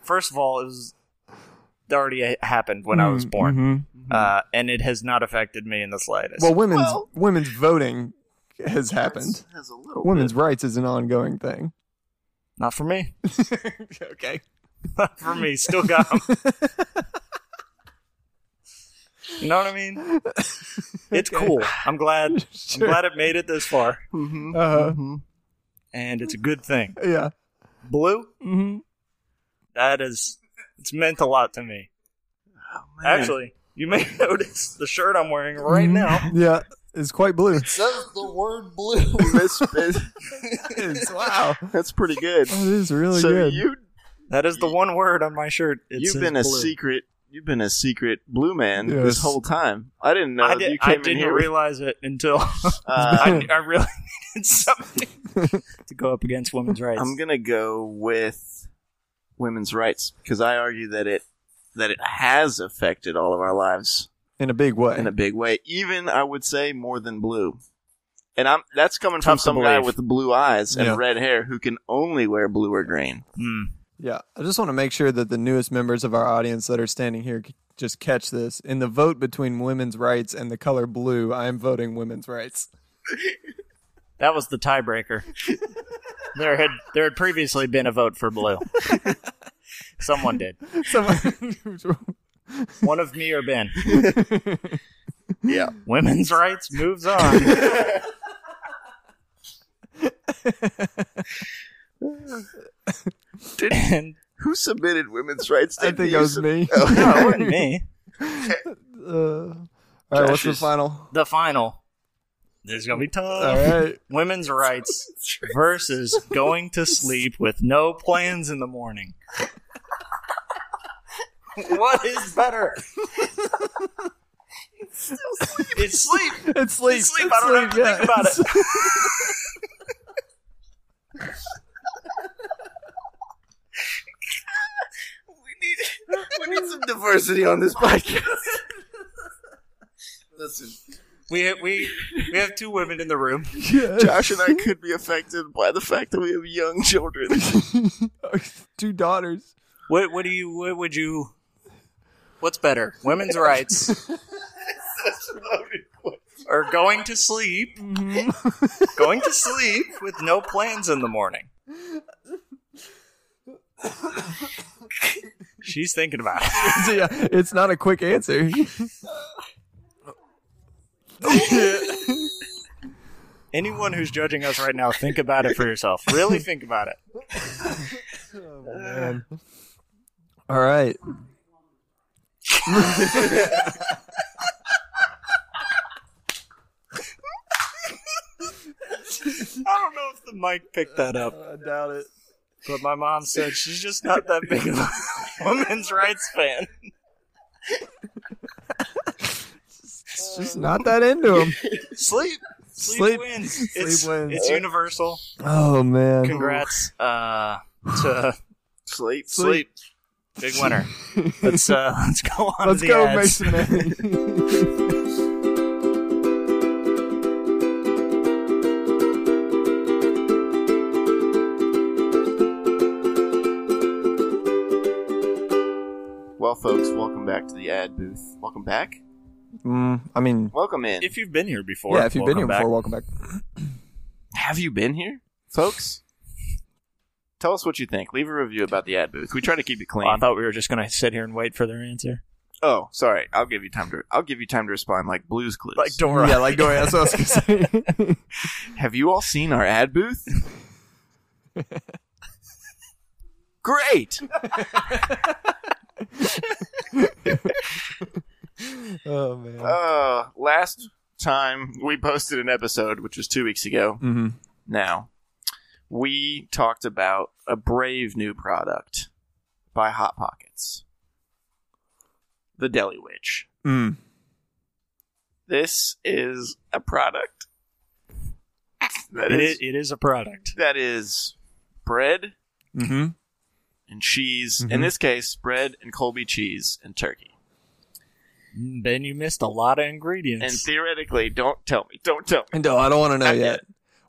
Speaker 1: First of all, it was it already happened when I
Speaker 3: Mm-hmm,
Speaker 1: was born, uh, and it has not affected me in the slightest.
Speaker 3: Well, women's
Speaker 2: Well-
Speaker 3: women's voting has happened.
Speaker 2: That's- that's a little
Speaker 3: Women's
Speaker 2: bit.
Speaker 3: rights is an ongoing thing.
Speaker 1: not for me.
Speaker 3: okay.
Speaker 1: Not for me. Still got 'em. you know what I mean? It's cool. I'm glad. I'm glad it made it this far,
Speaker 2: Mhm,
Speaker 3: Uh,
Speaker 2: mhm.
Speaker 1: and it's a good thing.
Speaker 3: yeah.
Speaker 1: Blue.
Speaker 3: Mhm.
Speaker 1: That is. It's meant a lot to me.
Speaker 2: Oh, man.
Speaker 1: Actually, you may [LAUGHS] notice the shirt I'm wearing right now.
Speaker 3: Mm-hmm. Yeah. It's
Speaker 2: [LAUGHS]
Speaker 3: quite blue.
Speaker 5: Says the word blue.
Speaker 2: That's- that's-
Speaker 3: It's- wow.
Speaker 2: that's pretty good.
Speaker 3: That is really
Speaker 2: so
Speaker 3: good.
Speaker 2: you
Speaker 1: That is the one word on my shirt. It
Speaker 2: you've
Speaker 1: says
Speaker 2: been a
Speaker 1: blue.
Speaker 2: secret you've been a secret blue man
Speaker 3: Yes.
Speaker 2: this whole time. I didn't know
Speaker 1: I,
Speaker 2: that
Speaker 1: did,
Speaker 2: you came
Speaker 1: I
Speaker 2: in
Speaker 1: didn't
Speaker 2: here. with-
Speaker 1: realize it
Speaker 2: [LAUGHS]
Speaker 1: until
Speaker 2: uh,
Speaker 1: I, I really [LAUGHS] needed something [LAUGHS] to go up against women's rights.
Speaker 2: I'm gonna go with women's rights because I argue that it that it has affected all of our lives
Speaker 3: in a big way.
Speaker 2: in a big way. Even I would say more than blue. And I'm that's coming
Speaker 1: Tough
Speaker 2: from
Speaker 1: to
Speaker 2: some guy
Speaker 1: believe.
Speaker 2: with blue eyes and
Speaker 3: Yeah.
Speaker 2: red hair who can only wear blue or green.
Speaker 1: Hmm.
Speaker 3: yeah. I just want to make sure that the newest members of our audience that are standing here c- just catch this. In the vote between women's rights and the color blue, I am voting women's rights. [LAUGHS]
Speaker 1: That was the tiebreaker. there had there had previously been a vote for
Speaker 2: [LAUGHS]
Speaker 1: blue. Someone did. [LAUGHS]
Speaker 3: Someone-
Speaker 1: One of me or Ben. yeah. Women's rights moves [LAUGHS] on. and
Speaker 2: Who submitted women's rights?
Speaker 3: [LAUGHS] I
Speaker 2: Did
Speaker 3: think
Speaker 2: you
Speaker 3: that was
Speaker 2: sub-
Speaker 3: me.
Speaker 1: [LAUGHS] no, it wasn't me.
Speaker 3: [LAUGHS] Uh, all right, what's the
Speaker 2: Josh's-
Speaker 3: final?
Speaker 1: The final. This is gonna be tough.
Speaker 3: All right.
Speaker 1: Women's [LAUGHS] rights versus going to sleep with no plans in the morning. what is better? [LAUGHS] it's sleep.
Speaker 3: It's sleep.
Speaker 1: [LAUGHS] It's sleep.
Speaker 3: It's
Speaker 1: I don't have to
Speaker 3: yeah.
Speaker 1: think about it.
Speaker 2: [LAUGHS] We need some diversity on this podcast. Listen,
Speaker 1: We we we have two women in the room.
Speaker 3: [LAUGHS] Yeah.
Speaker 2: Josh and I [LAUGHS] could be affected by the fact that we have young [LAUGHS] children.
Speaker 3: [LAUGHS] Two daughters. [LAUGHS]
Speaker 1: What what do you what would you? What's better, women's rights or going to sleep? going to sleep with no plans in the morning. She's thinking about it.
Speaker 3: So, yeah, it's not a quick answer. [LAUGHS]
Speaker 1: Anyone who's judging us right now, think about it for yourself. Really think about it.
Speaker 3: All right.
Speaker 1: I don't know if the mic picked that up,
Speaker 3: I doubt it.
Speaker 1: but my mom said she's just not that big of a women's rights fan.
Speaker 3: It's just not that into
Speaker 1: [LAUGHS]
Speaker 3: him.
Speaker 1: Sleep. Sleep,
Speaker 3: Sleep-
Speaker 1: wins.
Speaker 3: [LAUGHS] sleep
Speaker 1: it's,
Speaker 3: wins.
Speaker 1: It's universal.
Speaker 3: Oh man.
Speaker 1: Congrats uh, to
Speaker 3: [LAUGHS]
Speaker 2: Sleep,
Speaker 1: sleep. Big winner. Let's uh, [LAUGHS] let's go on.
Speaker 3: Let's
Speaker 1: to the
Speaker 3: go,
Speaker 1: ads.
Speaker 3: Mason Manning.
Speaker 2: Well, folks, welcome back to the ad booth. Welcome back.
Speaker 3: Mm, I mean,
Speaker 2: Welcome in.
Speaker 1: If you've been here before,
Speaker 3: yeah, if you've been
Speaker 1: welcome back.
Speaker 3: here before, welcome back.
Speaker 2: Have you been here, folks? Tell us what you think. Leave a review about the ad booth. We try to keep it clean.
Speaker 1: Well, I thought we were just going to sit here and wait for their answer.
Speaker 2: oh, sorry. I'll give you time to. I'll give you time to respond, like Blue's Clues.
Speaker 1: Like Dora.
Speaker 3: Yeah, like Dora. That's what I was [LAUGHS] gonna say.
Speaker 2: Have you all seen our ad
Speaker 3: [LAUGHS]
Speaker 2: booth? Great.
Speaker 3: [LAUGHS] oh man.
Speaker 2: Uh, last time we posted an episode, which was two weeks ago.
Speaker 3: hmm
Speaker 2: Now, we talked about a brave new product by Hot Pockets, the Deli Witch.
Speaker 3: Mm.
Speaker 2: This is a product that
Speaker 1: It
Speaker 2: is
Speaker 1: is, it is a product.
Speaker 2: that is bread
Speaker 3: hmm
Speaker 2: and cheese. In
Speaker 3: Mhm.
Speaker 2: this case, bread and Colby cheese and turkey.
Speaker 1: Mm, Ben, you missed a lot of
Speaker 2: And
Speaker 1: ingredients.
Speaker 2: theoretically, don't tell me, don't tell me.
Speaker 3: No, I don't want to know
Speaker 2: Not
Speaker 3: yet.
Speaker 2: yet.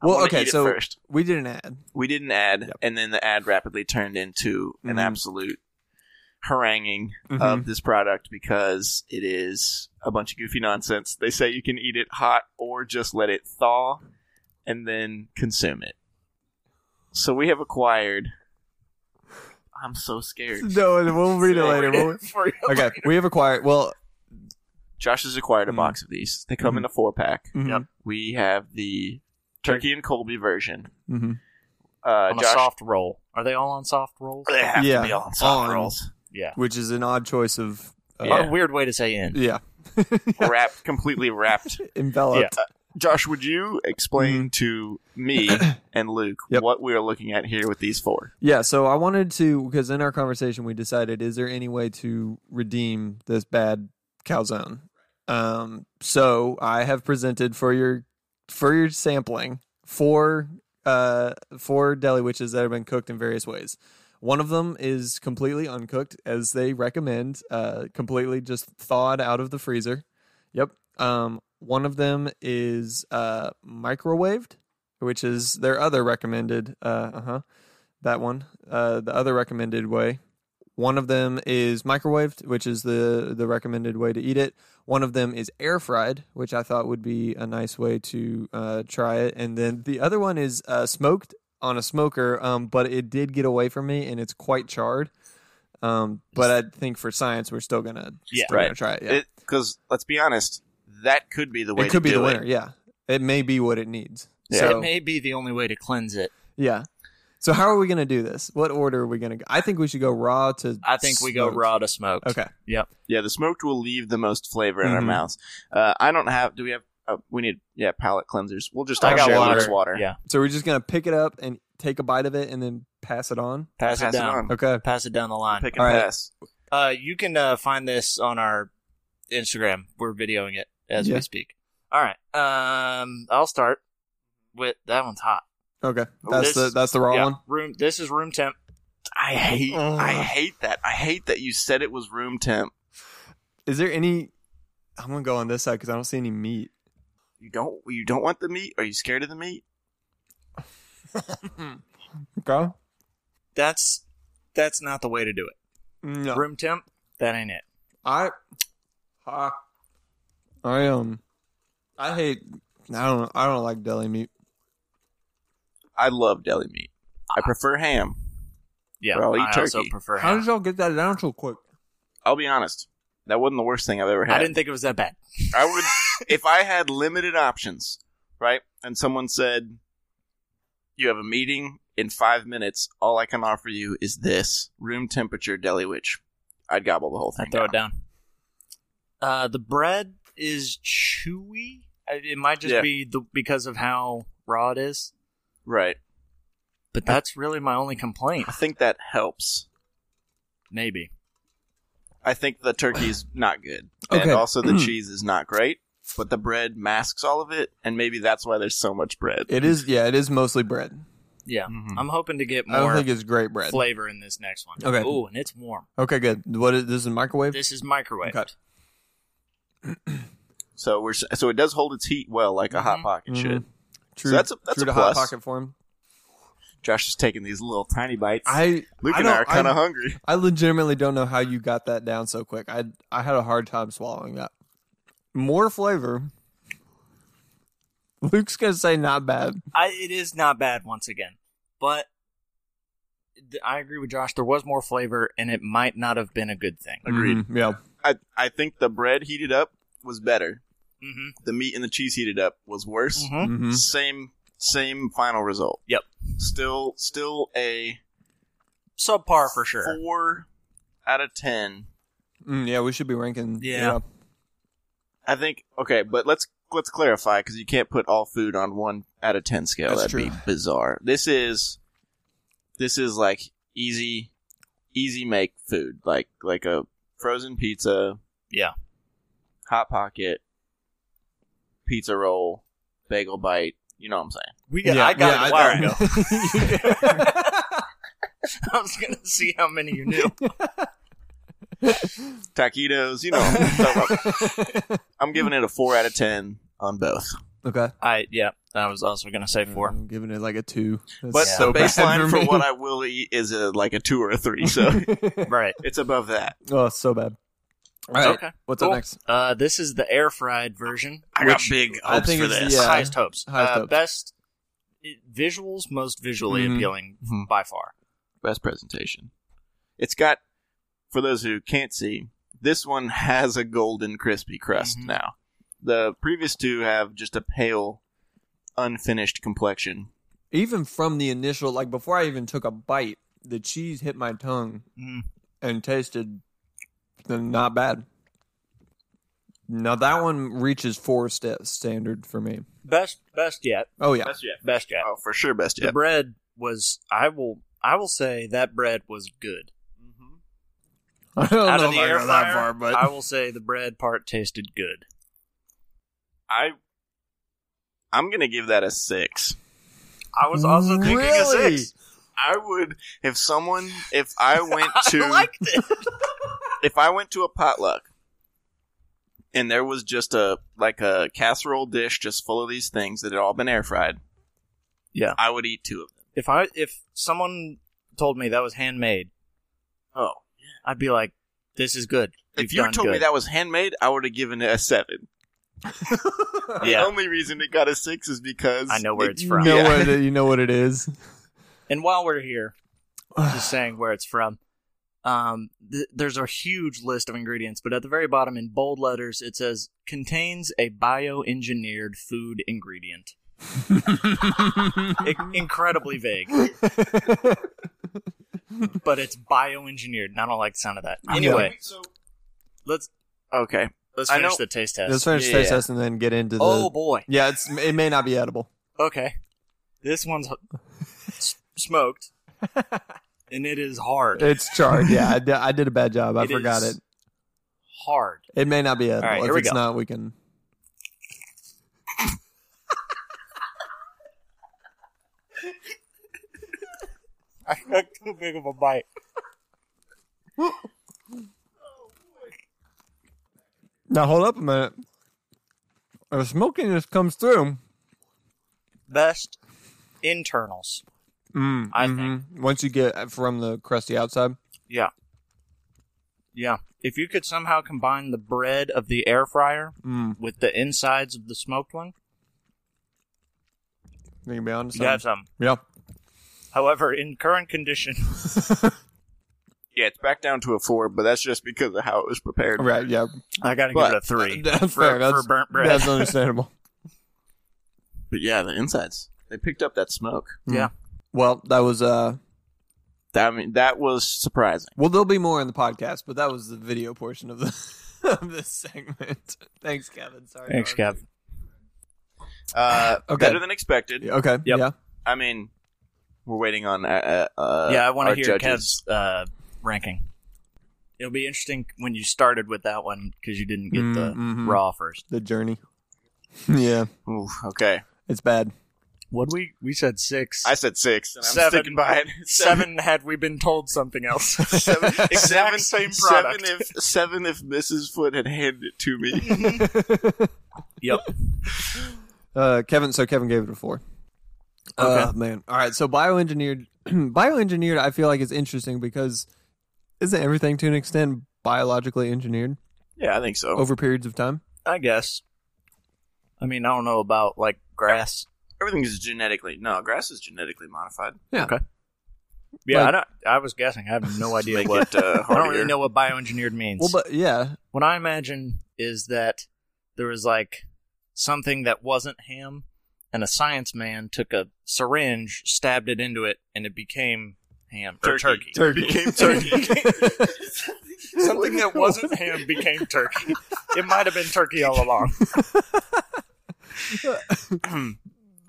Speaker 2: I
Speaker 3: Well,
Speaker 2: wanna
Speaker 3: okay,
Speaker 2: eat it
Speaker 3: so
Speaker 2: first.
Speaker 3: we did an ad.
Speaker 2: we did an ad, and then the ad rapidly turned into an
Speaker 3: Mhm.
Speaker 2: absolute haranguing
Speaker 3: Mhm.
Speaker 2: of this product because it is a bunch of goofy nonsense. They say you can eat it hot or just let it thaw and then consume it. So we have acquired. I'm so scared.
Speaker 3: [LAUGHS] No, and we'll read it
Speaker 2: So-
Speaker 3: later. We'll,
Speaker 2: For real.
Speaker 3: okay, we have acquired. Well,
Speaker 2: Josh has acquired a
Speaker 3: Mhm.
Speaker 2: box of these. They come in a four pack.
Speaker 3: Mhm. Yep.
Speaker 2: We have the turkey and Colby version.
Speaker 3: hmm
Speaker 2: Uh,
Speaker 1: on a
Speaker 2: Josh,
Speaker 1: soft roll. Are they all on soft rolls?
Speaker 2: [LAUGHS] they have
Speaker 3: Yeah,
Speaker 2: to be all on soft
Speaker 3: on-
Speaker 2: rolls.
Speaker 1: Yeah.
Speaker 3: which is an odd choice of.
Speaker 1: What
Speaker 3: Uh, [LAUGHS]
Speaker 2: Yeah.
Speaker 1: a weird way to say in.
Speaker 3: yeah. Oh.
Speaker 2: Wrapped, completely
Speaker 3: [LAUGHS]
Speaker 2: wrapped
Speaker 3: enveloped.
Speaker 2: Josh, would you explain to
Speaker 3: [COUGHS]
Speaker 2: me and Luke
Speaker 3: Mm-hmm. Yep.
Speaker 2: what we are looking at here with these four?
Speaker 3: Yeah, so I wanted to because in our conversation we decided is there any way to redeem this bad calzone? Um, so I have presented for your for your sampling four uh four deli witches that have been cooked in various ways. One of them is completely uncooked, as they recommend, uh, completely just thawed out of the freezer. Yep. Um, one of them is uh, microwaved, which is their other recommended. Uh huh that one. Uh, the other recommended way. One of them is microwaved, which is the the recommended way to eat it. One of them is air fried, which I thought would be a nice way to uh, try it. And then the other one is uh, smoked on a smoker, um, but it did get away from me, and it's quite charred. Um, but I think for science, we're still gonna,
Speaker 1: Yeah.
Speaker 3: still gonna
Speaker 2: Right.
Speaker 3: try it. Yeah. It,
Speaker 2: Because let's be honest, that could be the way. to
Speaker 3: could be
Speaker 2: do
Speaker 3: the winner. Yeah, it may be what it needs.
Speaker 2: Yeah.
Speaker 3: So
Speaker 1: It may be the only way to cleanse it.
Speaker 3: yeah. So how are we gonna do this? What order are we gonna go? I think we should go raw to.
Speaker 1: I think we go
Speaker 3: smoked.
Speaker 1: raw to smoke.
Speaker 3: Okay.
Speaker 1: Yep.
Speaker 2: Yeah, the smoked will leave the most flavor in our
Speaker 3: Mhm.
Speaker 2: mouths. Uh, I don't have. Do we have? Uh, we need. Yeah, palate cleansers. We'll just.
Speaker 1: I
Speaker 2: all
Speaker 1: got
Speaker 2: share
Speaker 1: water.
Speaker 2: Luke's water.
Speaker 1: Yeah.
Speaker 3: So we're just gonna pick it up and take a bite of it and then pass it on.
Speaker 1: Pass,
Speaker 2: Pass
Speaker 1: it down.
Speaker 2: on.
Speaker 3: Okay.
Speaker 1: Pass it down the line.
Speaker 2: Pick and
Speaker 3: All right.
Speaker 2: pass.
Speaker 1: Uh, you can uh, find this on our Instagram. We're videoing it as
Speaker 3: Yeah.
Speaker 1: we speak. All right. Um, I'll start with that one's hot.
Speaker 3: Okay.
Speaker 1: Oh,
Speaker 3: That's
Speaker 1: this-
Speaker 3: the that's the raw
Speaker 1: yeah.
Speaker 3: one.
Speaker 1: Room. This is room temp.
Speaker 2: I hate.
Speaker 3: Ugh.
Speaker 1: Uh-huh.
Speaker 2: I hate that. I hate that you said it was room temp.
Speaker 3: Is there any? I'm gonna go on this side because I don't see any meat.
Speaker 2: You don't. You don't want the meat. Are you scared of the meat?
Speaker 3: Okay.
Speaker 1: That's that's not the way to do it.
Speaker 3: No.
Speaker 1: Room temp. That ain't it.
Speaker 3: I. I. I um. I hate. I don't. I don't like deli meat.
Speaker 2: I love deli meat. I prefer ham.
Speaker 1: Yeah.
Speaker 2: Bro, eat
Speaker 1: I also
Speaker 2: turkey.
Speaker 1: prefer.
Speaker 3: How
Speaker 1: ham.
Speaker 3: did y'all get that down so quick?
Speaker 2: I'll be honest. That wasn't the worst thing I've ever had.
Speaker 1: I didn't think it was that bad. [LAUGHS]
Speaker 2: I would if I had limited options, right? And someone said, "You have a meeting in five minutes. All I can offer you is this room temperature deli witch." I'd gobble the whole
Speaker 1: I
Speaker 2: thing.
Speaker 1: throw it
Speaker 2: down.
Speaker 1: down. Uh, the bread is chewy. I- It might just
Speaker 2: Yeah.
Speaker 1: be the, because of how raw it is,
Speaker 2: Right.
Speaker 1: but that's really my only complaint.
Speaker 2: I think that helps.
Speaker 1: Maybe.
Speaker 2: I think the turkey's not good, and
Speaker 3: Okay. Mm.
Speaker 2: also the cheese is not great. But the bread masks all of it, and maybe that's why there's so much bread.
Speaker 3: It is. Yeah. It is mostly bread.
Speaker 1: Yeah.
Speaker 2: Mhm.
Speaker 1: I'm hoping to get
Speaker 3: I don't
Speaker 1: more
Speaker 3: think it's great bread.
Speaker 1: flavor in this next one.
Speaker 3: Okay.
Speaker 1: Ooh, and it's warm.
Speaker 3: Okay. Good. What is this? Is microwave?
Speaker 1: This is microwave.
Speaker 3: Okay.
Speaker 2: So we're s- so it does hold its heat well, like a hot
Speaker 1: Mhm.
Speaker 2: pocket
Speaker 3: Mhm.
Speaker 2: should.
Speaker 3: True.
Speaker 2: that's a- that's
Speaker 3: true
Speaker 2: a
Speaker 3: to
Speaker 2: plus.
Speaker 3: hot pocket form.
Speaker 2: Josh is taking these little tiny bites.
Speaker 3: I
Speaker 2: Luke
Speaker 3: I
Speaker 2: and I
Speaker 3: don't-
Speaker 2: are kind
Speaker 3: I-
Speaker 2: of hungry.
Speaker 3: I legitimately don't know how you got that down so quick. I I had a hard time swallowing that. More flavor. Luke's gonna say not bad.
Speaker 1: I, it is not bad once again, but th- I agree with Josh. There was more flavor, and it might not have been a good thing.
Speaker 2: Agreed.
Speaker 3: Mhm, yeah.
Speaker 2: I, I think the bread heated up was better.
Speaker 1: Mm-hmm.
Speaker 2: The meat and the cheese heated up was worse.
Speaker 1: Mm-hmm.
Speaker 3: Mhm.
Speaker 2: Same same final result.
Speaker 1: Yep.
Speaker 2: Still still a
Speaker 1: Subpar for sure.
Speaker 2: four out of ten.
Speaker 3: Mm, yeah, we should be ranking.
Speaker 1: Yeah.
Speaker 2: I think okay, but let's let's clarify because you can't put all food on one out of ten scale.
Speaker 3: That's
Speaker 2: That'd be
Speaker 3: true.
Speaker 2: bizarre. This is this is like easy easy make food, like like a frozen pizza,
Speaker 1: Yeah.
Speaker 2: hot pocket, pizza roll, bagel bite. You know what I'm saying?
Speaker 1: We got, I got it a while ago.
Speaker 3: [LAUGHS] while
Speaker 1: [LAUGHS] I was gonna see how many you knew.
Speaker 2: Taquitos. You know, what I'm talking about.
Speaker 3: [LAUGHS]
Speaker 2: I'm giving it a four out of ten on both.
Speaker 1: [LAUGHS]
Speaker 3: okay.
Speaker 1: [LAUGHS] I yeah, I was also gonna say
Speaker 3: [LAUGHS]
Speaker 1: four.
Speaker 3: I'm giving it like a two. That's
Speaker 2: But
Speaker 1: Yeah.
Speaker 3: so
Speaker 2: the
Speaker 3: bad
Speaker 2: baseline for
Speaker 3: me.
Speaker 2: what I will eat is a, like a two or a three,
Speaker 3: [LAUGHS]
Speaker 2: so
Speaker 1: Right.
Speaker 2: it's above that.
Speaker 3: oh, so bad. All right.
Speaker 1: Okay.
Speaker 3: What's
Speaker 1: Cool.
Speaker 3: up next?
Speaker 1: Uh, this is the air fried version.
Speaker 2: I got
Speaker 1: which-
Speaker 2: big
Speaker 3: I
Speaker 2: hopes
Speaker 3: think
Speaker 2: for
Speaker 3: it's-
Speaker 2: this.
Speaker 3: yeah.
Speaker 1: Highest hopes.
Speaker 3: Highest
Speaker 1: uh,
Speaker 3: hopes.
Speaker 1: Best visuals, most visually
Speaker 3: Mhm.
Speaker 1: appealing
Speaker 2: Mhm.
Speaker 1: by far.
Speaker 2: [LAUGHS] Best presentation. It's got, for those who can't see, this one has a golden crispy crust
Speaker 1: Mhm.
Speaker 2: now. The previous two have just a pale, unfinished complexion.
Speaker 3: Even from the initial, like before I even took a bite, the cheese hit my tongue
Speaker 1: Mm.
Speaker 3: and tasted not bad. Now that one reaches four step standard for me.
Speaker 1: Best, best yet,
Speaker 3: Oh yeah,
Speaker 2: yet.
Speaker 1: best yet.
Speaker 2: Oh, for sure, best
Speaker 1: The
Speaker 2: yet.
Speaker 1: bread was. I will. I will say that bread was good.
Speaker 2: Mm-hmm.
Speaker 3: [LAUGHS] I don't
Speaker 1: Out
Speaker 3: know
Speaker 1: of the
Speaker 3: if I
Speaker 1: air
Speaker 3: go
Speaker 1: fryer,
Speaker 3: that far, but
Speaker 1: I will say the bread part tasted good.
Speaker 2: I, I'm gonna give that a six.
Speaker 1: I was also thinking a
Speaker 3: Really?
Speaker 1: six.
Speaker 2: I would if someone if [LAUGHS] I went to
Speaker 1: I liked it.
Speaker 2: if I went to a potluck and there was just a like a casserole dish just full of these things that had all been air fried,
Speaker 1: Yeah.
Speaker 2: I would eat two of them.
Speaker 1: If I if someone told me that was handmade,
Speaker 2: Oh,
Speaker 1: I'd be like, "This is good."
Speaker 2: if you
Speaker 1: done
Speaker 2: told me
Speaker 1: good."
Speaker 2: that was handmade, I would have given it a seven.
Speaker 1: Yeah.
Speaker 2: The only reason it got a six is because
Speaker 1: I know where it's
Speaker 3: you
Speaker 1: from.
Speaker 3: know
Speaker 2: Yeah.
Speaker 3: [LAUGHS] what it, you know what it is.
Speaker 1: And while we're here,
Speaker 3: [SIGHS]
Speaker 1: just saying where it's from. Um, th- there's a huge list of ingredients, but at the very bottom in bold letters, it says contains a bioengineered food ingredient. I-
Speaker 3: [LAUGHS]
Speaker 1: incredibly vague, but it's bioengineered, and I don't like the sound of that. Anyway, let's
Speaker 2: Okay,
Speaker 1: let's
Speaker 2: I
Speaker 1: finish
Speaker 2: know-
Speaker 1: the taste test.
Speaker 3: Let's finish
Speaker 2: Yeah.
Speaker 3: taste test and then get into the.
Speaker 1: oh boy,
Speaker 3: yeah, it's it may not be edible.
Speaker 1: okay, this one's h- s-
Speaker 3: [LAUGHS]
Speaker 1: smoked, and it is hard,
Speaker 3: It's charred. Yeah, I di- I did a bad job. I
Speaker 1: It
Speaker 3: forgot
Speaker 1: is-
Speaker 3: it.
Speaker 1: hard.
Speaker 3: It may not be edible.
Speaker 1: All right,
Speaker 3: if
Speaker 1: here we
Speaker 3: it's
Speaker 1: go.
Speaker 3: not, we can.
Speaker 1: [LAUGHS] I got too big of a bite.
Speaker 3: Now hold up a minute. The smokiness comes through.
Speaker 1: Best internals.
Speaker 3: Mm,
Speaker 1: I
Speaker 3: mhm. once you get from the crusty outside.
Speaker 1: Yeah. Yeah. If you could somehow combine the bread of the air fryer
Speaker 3: Mm,
Speaker 1: with the insides of the smoked one,
Speaker 3: you can be honest.
Speaker 1: you have some.
Speaker 3: Yeah.
Speaker 1: However, in current condition,
Speaker 2: yeah, it's back down to a four, but that's just because of how it was prepared.
Speaker 3: Right. Yeah.
Speaker 1: [LAUGHS] I gotta
Speaker 2: But-
Speaker 1: give it a
Speaker 3: [LAUGHS]
Speaker 1: three
Speaker 3: That's
Speaker 1: for,
Speaker 3: fair.
Speaker 1: for
Speaker 3: That's,
Speaker 1: burnt bread. [LAUGHS]
Speaker 3: that's understandable.
Speaker 2: But yeah, the insides they picked up that smoke.
Speaker 1: yeah.
Speaker 3: Well, that was uh.
Speaker 2: That, I mean, that was surprising.
Speaker 3: Well, there'll be more in the podcast, but that was the video portion of the [LAUGHS] of this segment. [LAUGHS] Thanks, Kevin. Sorry.
Speaker 1: Thanks,
Speaker 3: Kevin.
Speaker 1: Kev. [SIGHS]
Speaker 2: Uh,
Speaker 3: Okay.
Speaker 2: Better than expected.
Speaker 3: Okay.
Speaker 1: Yep.
Speaker 3: Yeah.
Speaker 2: I mean, we're waiting on. Uh, uh,
Speaker 1: yeah, I want to
Speaker 2: our
Speaker 1: hear
Speaker 2: judges.
Speaker 1: Kev's uh, ranking. It'll be interesting when you started with that one because you didn't get
Speaker 3: Mm,
Speaker 1: the
Speaker 3: mhm.
Speaker 1: raw first.
Speaker 3: The journey. [LAUGHS] yeah.
Speaker 2: Ooh, okay,
Speaker 3: It's bad.
Speaker 1: What we we said six,
Speaker 2: I said six. And I'm
Speaker 1: Seven.
Speaker 2: sticking by it.
Speaker 1: [LAUGHS] seven. Had we been told something else,
Speaker 2: [LAUGHS]
Speaker 1: [LAUGHS]
Speaker 2: Seven,
Speaker 1: exact same product.
Speaker 2: Seven if seven if Mrs. Foot had handed it to me.
Speaker 1: [LAUGHS] Yep.
Speaker 3: Uh, Kevin. So Kevin gave it a four. Oh man. All right. So bioengineered [CLEARS THROAT] bioengineered I feel like is interesting because isn't everything to an extent biologically engineered
Speaker 2: Yeah, I think
Speaker 1: Oh.
Speaker 2: so.
Speaker 3: over periods of time?
Speaker 1: I guess. I mean, I don't know about like grass.
Speaker 2: Everything is genetically. No, grass is genetically modified.
Speaker 1: Yeah,
Speaker 3: Like-
Speaker 1: I, don't, I was guessing. I have no idea
Speaker 2: Make
Speaker 1: what.
Speaker 2: it, uh,
Speaker 1: [LAUGHS] I don't
Speaker 2: harder.
Speaker 1: really know what bioengineered means.
Speaker 3: Well, but yeah. [LAUGHS]
Speaker 1: what I imagine is that there was like something that wasn't ham, and a science man took a syringe, stabbed it into it, and it became ham or turkey.
Speaker 2: Turkey became turkey. [LAUGHS]
Speaker 1: Something that wasn't [LAUGHS] ham became turkey. It might have been turkey all along.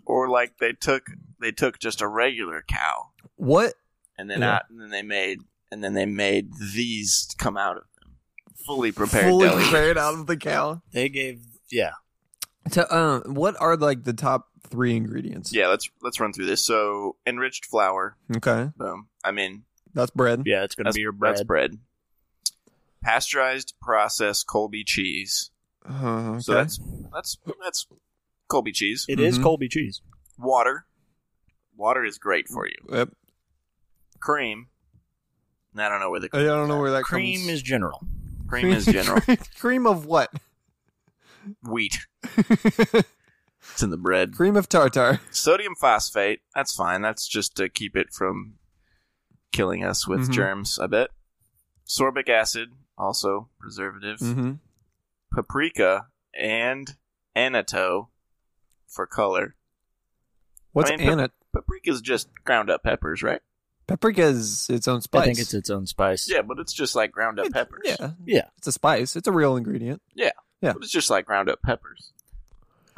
Speaker 2: or like they took they took just a regular cow
Speaker 3: what
Speaker 2: and then
Speaker 3: Yeah.
Speaker 2: out and then they made and then they made these come out of them fully prepared
Speaker 3: fully
Speaker 2: deli.
Speaker 3: prepared out of the cow?
Speaker 1: They gave yeah.
Speaker 3: To, um, what are like the top three ingredients?
Speaker 2: Yeah, let's let's run through this. So enriched flour,
Speaker 3: Okay,
Speaker 2: boom. I mean
Speaker 3: that's bread.
Speaker 1: Yeah, it's gonna
Speaker 2: that's,
Speaker 1: be your
Speaker 2: that's
Speaker 1: bread.
Speaker 2: bread. Pasteurized processed Colby cheese.
Speaker 3: Uh, okay.
Speaker 2: So that's that's that's Colby cheese.
Speaker 1: It is
Speaker 3: Mhm.
Speaker 1: Colby cheese.
Speaker 2: Water. Water is great for you.
Speaker 3: Yep.
Speaker 2: Cream. And I don't know where the
Speaker 3: I don't know where that
Speaker 1: Cream
Speaker 3: comes.
Speaker 1: is general.
Speaker 2: cream is general.
Speaker 3: [LAUGHS] cream of what? [LAUGHS]
Speaker 2: Wheat. It's in the bread.
Speaker 3: cream
Speaker 2: [LAUGHS]
Speaker 3: of tartar.
Speaker 2: Sodium phosphate. That's fine. That's just to keep it from killing us with
Speaker 3: Mhm.
Speaker 2: germs, I bet. Sorbic acid, also preservative.
Speaker 3: Mm-hmm.
Speaker 2: Paprika and annatto for color.
Speaker 3: What's
Speaker 2: I mean,
Speaker 3: anat?
Speaker 2: Paprika's just ground up peppers, right?
Speaker 3: Paprika is its own spice.
Speaker 1: I think it's its own spice.
Speaker 2: Yeah, but it's just like ground up
Speaker 3: It-
Speaker 2: peppers.
Speaker 3: Yeah,
Speaker 1: Yeah.
Speaker 3: it's a spice. It's a real ingredient. yeah.
Speaker 2: But it's just like ground up peppers.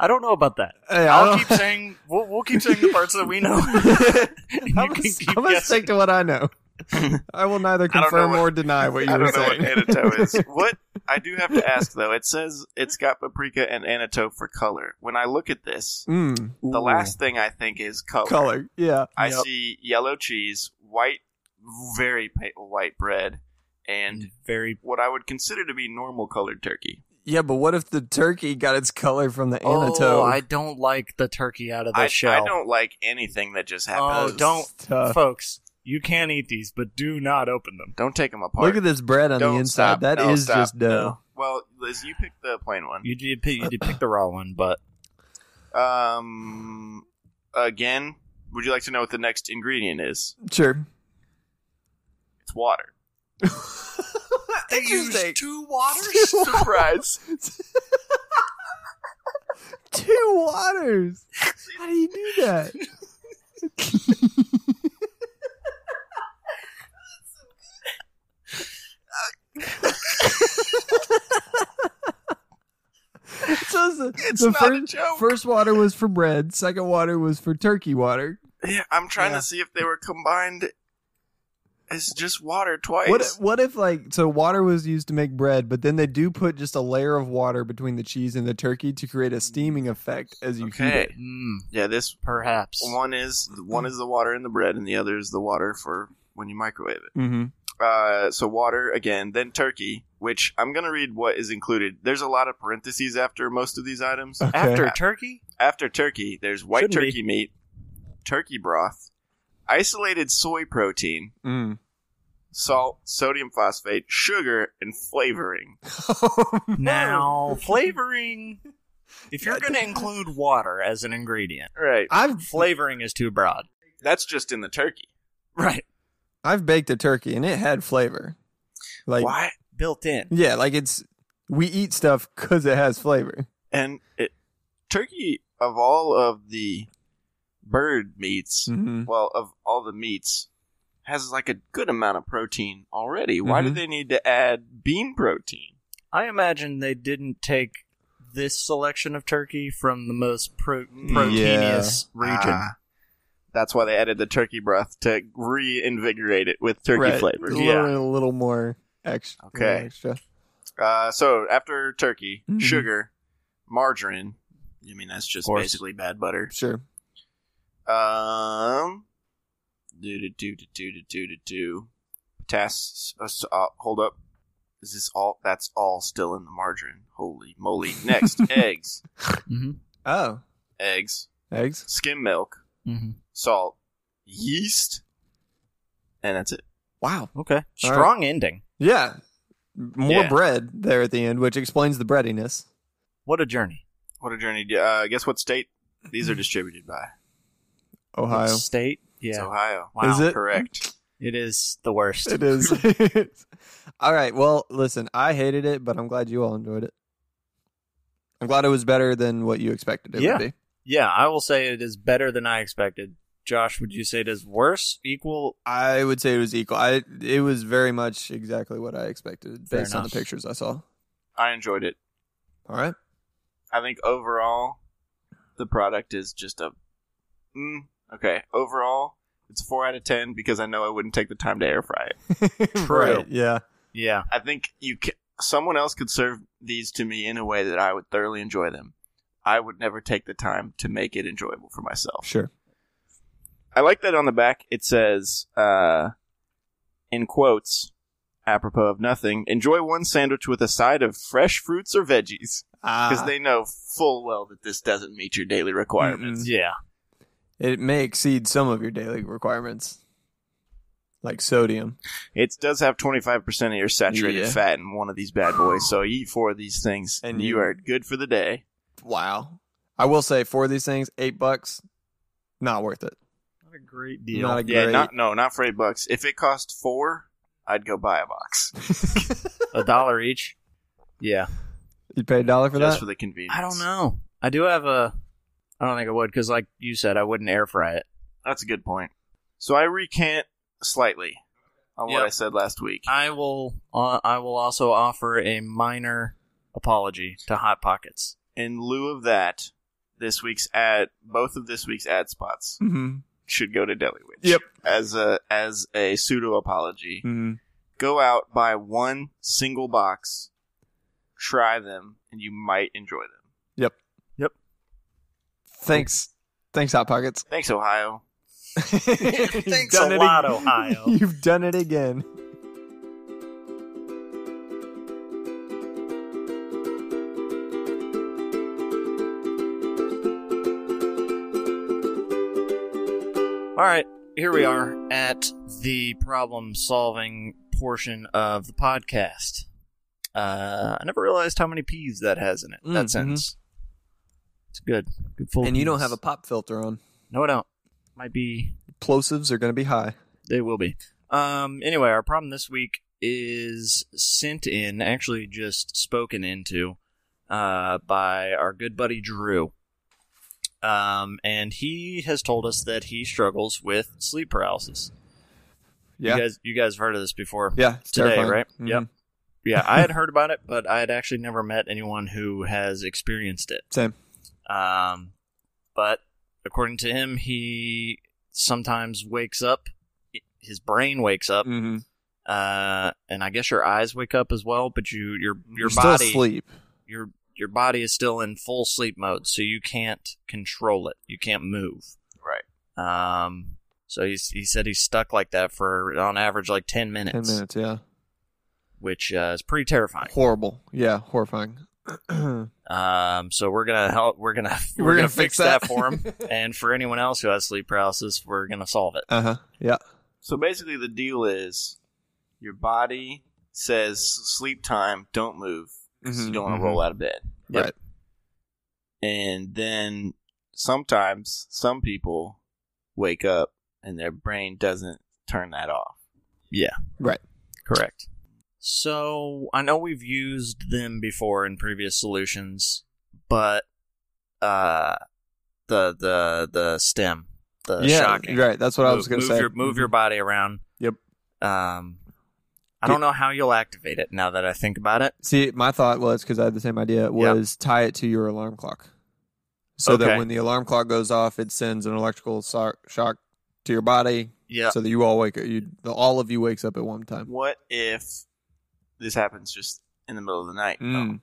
Speaker 1: I don't know about that.
Speaker 3: Hey, I
Speaker 1: I'll
Speaker 3: don't-
Speaker 1: keep
Speaker 2: [LAUGHS]
Speaker 1: saying we'll, we'll keep saying the parts that we know. [LAUGHS] And you
Speaker 3: I'm
Speaker 1: can
Speaker 3: gonna,
Speaker 1: keep
Speaker 3: I'm gonna
Speaker 1: guessing.
Speaker 3: stick to what I know. I will
Speaker 2: [LAUGHS]
Speaker 3: neither
Speaker 2: don't know
Speaker 3: confirm
Speaker 2: what-
Speaker 3: or deny what
Speaker 2: [LAUGHS]
Speaker 3: you
Speaker 2: I
Speaker 3: were
Speaker 2: don't know what
Speaker 3: saying.
Speaker 2: annatto is. What I do have to ask though, it says it's got paprika and annatto for color. When I look at this,
Speaker 3: [LAUGHS] Mm,
Speaker 2: the last thing I think is color.
Speaker 3: color. Yeah.
Speaker 2: I
Speaker 3: Yep.
Speaker 2: see yellow cheese, white, very pale white bread,
Speaker 3: Mm.
Speaker 2: and
Speaker 1: very
Speaker 2: what I would consider to be normal colored turkey.
Speaker 3: Yeah, but what if the turkey got its color from the anatto?
Speaker 1: Oh, I don't like the turkey out of the
Speaker 2: I,
Speaker 1: shell.
Speaker 2: I don't like anything that just
Speaker 1: oh,
Speaker 2: happens.
Speaker 1: don't,
Speaker 3: Tough.
Speaker 1: folks! You can eat these, but do not open them.
Speaker 2: don't take them apart.
Speaker 3: Look at this bread on
Speaker 2: Don't
Speaker 3: the inside.
Speaker 2: stop.
Speaker 3: That is
Speaker 2: No, stop.
Speaker 3: just uh, dough.
Speaker 2: No. Well, Liz, you picked the plain one.
Speaker 1: You did pick, you did pick the raw one, but
Speaker 2: Um, again, would you like to know what the next ingredient is?
Speaker 3: Sure.
Speaker 2: It's
Speaker 3: [LAUGHS]
Speaker 2: water.
Speaker 5: They used two waters?
Speaker 2: Surprise!
Speaker 3: Two waters. How do you do
Speaker 2: [LAUGHS]
Speaker 3: that? [LAUGHS] so the,
Speaker 2: It's
Speaker 3: the
Speaker 2: not a
Speaker 3: first,
Speaker 2: joke.
Speaker 3: first water was for bread. Second water was for turkey water.
Speaker 2: Yeah, I'm trying
Speaker 3: Yeah.
Speaker 2: to see if they were combined as just water twice.
Speaker 3: What what if like so water was used to make bread, but then they do put just a layer of water between the cheese and the turkey to create a steaming effect as you heat it.
Speaker 2: okay.
Speaker 1: mm,
Speaker 2: Yeah, this
Speaker 1: perhaps.
Speaker 2: one is one is the water in the bread, and the other is the water for when you microwave it.
Speaker 3: Mm-hmm.
Speaker 2: Uh, so water again, then turkey, which I'm gonna read what is included. There's a lot of parentheses after most of these items.
Speaker 3: Okay.
Speaker 1: After turkey,
Speaker 2: After turkey, there's white
Speaker 1: Shouldn't be.
Speaker 2: turkey meat, turkey broth, isolated soy protein,
Speaker 3: Mm.
Speaker 2: salt, sodium phosphate, sugar, and flavoring.
Speaker 3: Mm.
Speaker 1: now flavoring. If you're going to include water as an ingredient,
Speaker 2: Right.
Speaker 3: [LAUGHS] I've
Speaker 1: flavoring is too broad.
Speaker 2: That's just in the turkey.
Speaker 1: Right,
Speaker 3: I've baked a turkey and it had flavor. Like
Speaker 2: Why?
Speaker 1: built in.
Speaker 3: yeah, like it's we eat stuff cuz it has flavor.
Speaker 2: And it, turkey of all of the bird meats,
Speaker 3: Mm-hmm.
Speaker 2: well, of all the meats, has like a good amount of protein already. Why do
Speaker 3: Mhm.
Speaker 2: they need to add bean protein?
Speaker 1: I imagine they didn't take this selection of turkey from the most pro-
Speaker 2: Yeah.
Speaker 1: proteinous region.
Speaker 2: Ah, that's why they added the turkey broth to reinvigorate it with turkey flavor.
Speaker 3: A little,
Speaker 1: Yeah.
Speaker 3: a little more extra.
Speaker 2: Okay.
Speaker 3: Extra.
Speaker 2: Uh, so after turkey,
Speaker 3: Mhm.
Speaker 2: sugar, margarine. I mean, that's just
Speaker 1: course.
Speaker 2: basically bad butter.
Speaker 3: Sure.
Speaker 2: Um, do do do do do do do do do. Potass. Uh, s- uh, hold up. Is this all? That's all still in the margarine. Holy moly! Next, eggs,
Speaker 1: Mm-hmm.
Speaker 3: Oh,
Speaker 2: eggs,
Speaker 3: eggs.
Speaker 2: skim milk,
Speaker 1: Mhm.
Speaker 2: salt, yeast, and that's it.
Speaker 3: Wow.
Speaker 1: Okay.
Speaker 3: All right.
Speaker 1: Strong ending.
Speaker 3: Yeah. More
Speaker 2: Yeah.
Speaker 3: bread there at the end, which explains the breadiness.
Speaker 1: What a journey.
Speaker 2: What a journey. Uh, guess what state these
Speaker 3: [LAUGHS]
Speaker 2: are distributed by?
Speaker 3: Ohio.
Speaker 1: State.
Speaker 2: It's
Speaker 1: Yeah.
Speaker 2: Ohio.
Speaker 1: Wow.
Speaker 3: Is it?
Speaker 2: Correct.
Speaker 1: It is the worst.
Speaker 3: It is. [LAUGHS] all right. Well, listen, I hated it, but I'm glad you all enjoyed it. I'm glad it was better than what you expected it
Speaker 1: Yeah.
Speaker 3: would be.
Speaker 1: Yeah, I will say it is better than I expected. Josh, would you say it is worse, equal?
Speaker 3: I would say it was equal. I it was very much exactly what I expected
Speaker 1: Fair
Speaker 3: based on the
Speaker 1: enough.
Speaker 3: pictures I saw.
Speaker 2: I enjoyed it.
Speaker 3: All right.
Speaker 2: I think overall, the product is just a. Mm, okay. Overall, it's a 4 out of 10 because I know I wouldn't take the time to air fry it. True.
Speaker 3: Right, Yeah.
Speaker 1: Yeah,
Speaker 2: I think you ca someone else could serve these to me in a way that I would thoroughly enjoy them. I would never take the time to make it enjoyable for myself.
Speaker 3: Sure.
Speaker 2: I like that on the back it says, uh, in quotes, apropos of nothing, enjoy one sandwich with a side of fresh fruits or veggies. Because
Speaker 3: Ah,
Speaker 2: they know full well that this doesn't meet your daily requirements.
Speaker 1: yeah.
Speaker 3: it may exceed some of your daily requirements, like sodium.
Speaker 2: It does have 25% of your saturated
Speaker 3: Yeah.
Speaker 2: fat in one of these bad boys. So you eat four of these things
Speaker 3: And
Speaker 2: and you
Speaker 3: you-
Speaker 2: are good for the day.
Speaker 3: Wow. I will say for these things, eight bucks, not worth it.
Speaker 1: Not a great
Speaker 3: Not a
Speaker 2: Yeah,
Speaker 3: great.
Speaker 2: not no, not for eight bucks. If it cost four, I'd go buy a box
Speaker 1: a dollar each. Yeah,
Speaker 3: you pay a dollar for
Speaker 2: just
Speaker 3: that.
Speaker 2: for the convenience.
Speaker 1: I don't know. I do have a. I don't think I would because, like you said, I wouldn't air fry it.
Speaker 2: That's a good point. So I recant slightly on what
Speaker 1: Yep.
Speaker 2: I said last week.
Speaker 1: I will. Uh, I will also offer a minor apology to Hot Pockets.
Speaker 2: In lieu of that, this week's ad, both of this week's ad spots
Speaker 3: mm-hmm.
Speaker 2: should go to Deli Witch.
Speaker 3: Yep.
Speaker 2: As a as a pseudo apology,
Speaker 3: Mm-hmm.
Speaker 2: go out buy one single box, try them, and you might enjoy them.
Speaker 3: Thanks. Thanks, Hot Pockets.
Speaker 2: Thanks, Ohio.
Speaker 1: [LAUGHS]
Speaker 3: Thanks
Speaker 1: a lot, [LAUGHS] Ohio.
Speaker 3: You've done it again.
Speaker 1: All right, here we are at the problem solving portion of the podcast. Uh, I never realized how many P's that has in it.
Speaker 3: Mm,
Speaker 1: that sentence. It's good. Good full.
Speaker 3: And you don't
Speaker 1: Ps.
Speaker 3: have a pop filter on.
Speaker 1: No, I don't. Might be.
Speaker 3: Plosives are going to be high.
Speaker 1: They will be. Um. Anyway, our problem this week is sent in, actually just spoken into, uh, by our good buddy Drew. Um, and he has told us that he struggles with sleep paralysis.
Speaker 3: Yeah.
Speaker 1: You guys, you guys have heard of this before.
Speaker 3: yeah. it's
Speaker 1: Today,
Speaker 3: terrifying.
Speaker 1: right?
Speaker 3: Mhm.
Speaker 1: Yep. Yeah, I had heard about it, but I had actually never met anyone who has experienced it.
Speaker 3: Same.
Speaker 1: Um, but according to him, he sometimes wakes up, his brain wakes up,
Speaker 3: Mm-hmm.
Speaker 1: uh, and I guess your eyes wake up as well. But you, your, your
Speaker 3: You're
Speaker 1: body,
Speaker 3: still asleep.
Speaker 1: your, your body is still in full sleep mode, so you can't control it. You can't move.
Speaker 2: Right.
Speaker 1: Um. So he's, he said he's stuck like that for on average like ten minutes
Speaker 3: Ten minutes. Yeah.
Speaker 1: which uh, is pretty terrifying.
Speaker 3: Horrible.
Speaker 1: [CLEARS THROAT]
Speaker 3: Yeah. Horrifying. we're
Speaker 1: Um, so we're gonna help. We're gonna [LAUGHS] we're, gonna, fix that, for [LAUGHS]
Speaker 3: [LAUGHS]
Speaker 1: him, and for anyone else who has sleep paralysis, we're gonna solve it.
Speaker 3: uh huh. Yeah.
Speaker 2: So basically, the deal is your body says sleep time, don't move, 'cause you
Speaker 3: Mhm,
Speaker 2: don't want to
Speaker 1: mhm.
Speaker 2: roll out of bed.
Speaker 1: Yep.
Speaker 3: Right.
Speaker 2: And then sometimes some people wake up and their brain doesn't turn that off.
Speaker 1: Correct. So I know we've used them before in previous solutions, but uh, the the the stem, the
Speaker 3: yeah.
Speaker 1: shocking.
Speaker 3: Right. That's what I was
Speaker 1: Move-
Speaker 3: going to
Speaker 1: move
Speaker 3: say. Mm-hmm.
Speaker 1: Your, move your body around.
Speaker 3: Yep.
Speaker 1: Um, I don't know how you'll activate it now that I think about it.
Speaker 3: See, my thought was because I had the same idea was tie it to your alarm clock, so
Speaker 1: Okay.
Speaker 3: that when the alarm clock goes off, it sends an electrical so- shock to your body,
Speaker 1: Yeah.
Speaker 3: so that you all wake up. You, the, all of you wakes up at one time.
Speaker 2: What if this happens just in the middle of the night?
Speaker 3: Mm.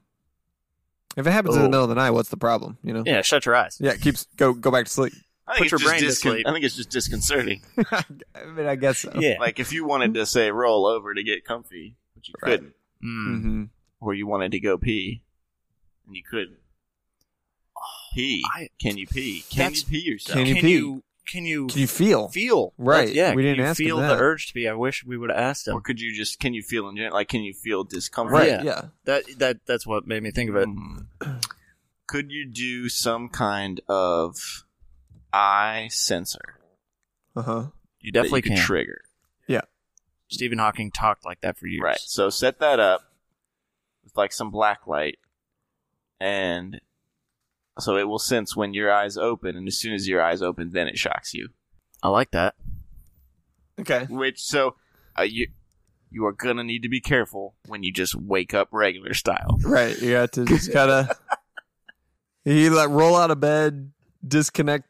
Speaker 3: If it happens in
Speaker 1: Oh.
Speaker 3: the middle of the night, what's the problem? You know?
Speaker 1: yeah. Shut your eyes.
Speaker 3: Yeah, it keeps go go back to sleep. [LAUGHS]
Speaker 2: I
Speaker 1: Put
Speaker 2: think
Speaker 1: your
Speaker 2: it's just
Speaker 1: brain to sleep.
Speaker 2: I think it's just disconcerting.
Speaker 3: I mean, I guess so.
Speaker 1: Yeah.
Speaker 2: like if you wanted to say roll over to get comfy, but you
Speaker 3: Right.
Speaker 2: couldn't,
Speaker 1: Mm.
Speaker 3: hmm
Speaker 2: or you wanted to go pee, and you couldn't. Pee?
Speaker 1: I-
Speaker 2: Can you pee? Can
Speaker 1: Oh,
Speaker 2: you
Speaker 1: That's-
Speaker 2: pee yourself?
Speaker 3: Can you- pee?
Speaker 1: you uh, can you
Speaker 3: Can you feel?
Speaker 1: feel?
Speaker 3: Right.
Speaker 1: yeah.
Speaker 3: We
Speaker 1: can
Speaker 3: didn't
Speaker 1: you
Speaker 3: ask him
Speaker 1: feel
Speaker 3: that.
Speaker 1: the urge to be. I wish we would have asked
Speaker 2: Or
Speaker 1: him.
Speaker 2: could you just can you feel in general? Like can you feel discomfort?
Speaker 3: Right.
Speaker 1: Yeah.
Speaker 3: Yeah.
Speaker 1: That that that's what made me think of
Speaker 3: Mm.
Speaker 1: it.
Speaker 2: Hmm. Could you do some kind of eye sensor
Speaker 3: Uh huh.
Speaker 1: You definitely
Speaker 2: that you could
Speaker 1: can.
Speaker 2: trigger?
Speaker 1: Stephen Hawking talked like that for years.
Speaker 2: Right. So set that up with like some black light, and so it will sense when your eyes open, and as soon as your eyes open, then it shocks [LAUGHS] you.
Speaker 1: I like that.
Speaker 3: Okay.
Speaker 2: Which so uh, you you are gonna need to be careful when you just wake up regular style.
Speaker 3: Right. You got to just
Speaker 1: [LAUGHS]
Speaker 3: kind of. You like roll out of bed, disconnect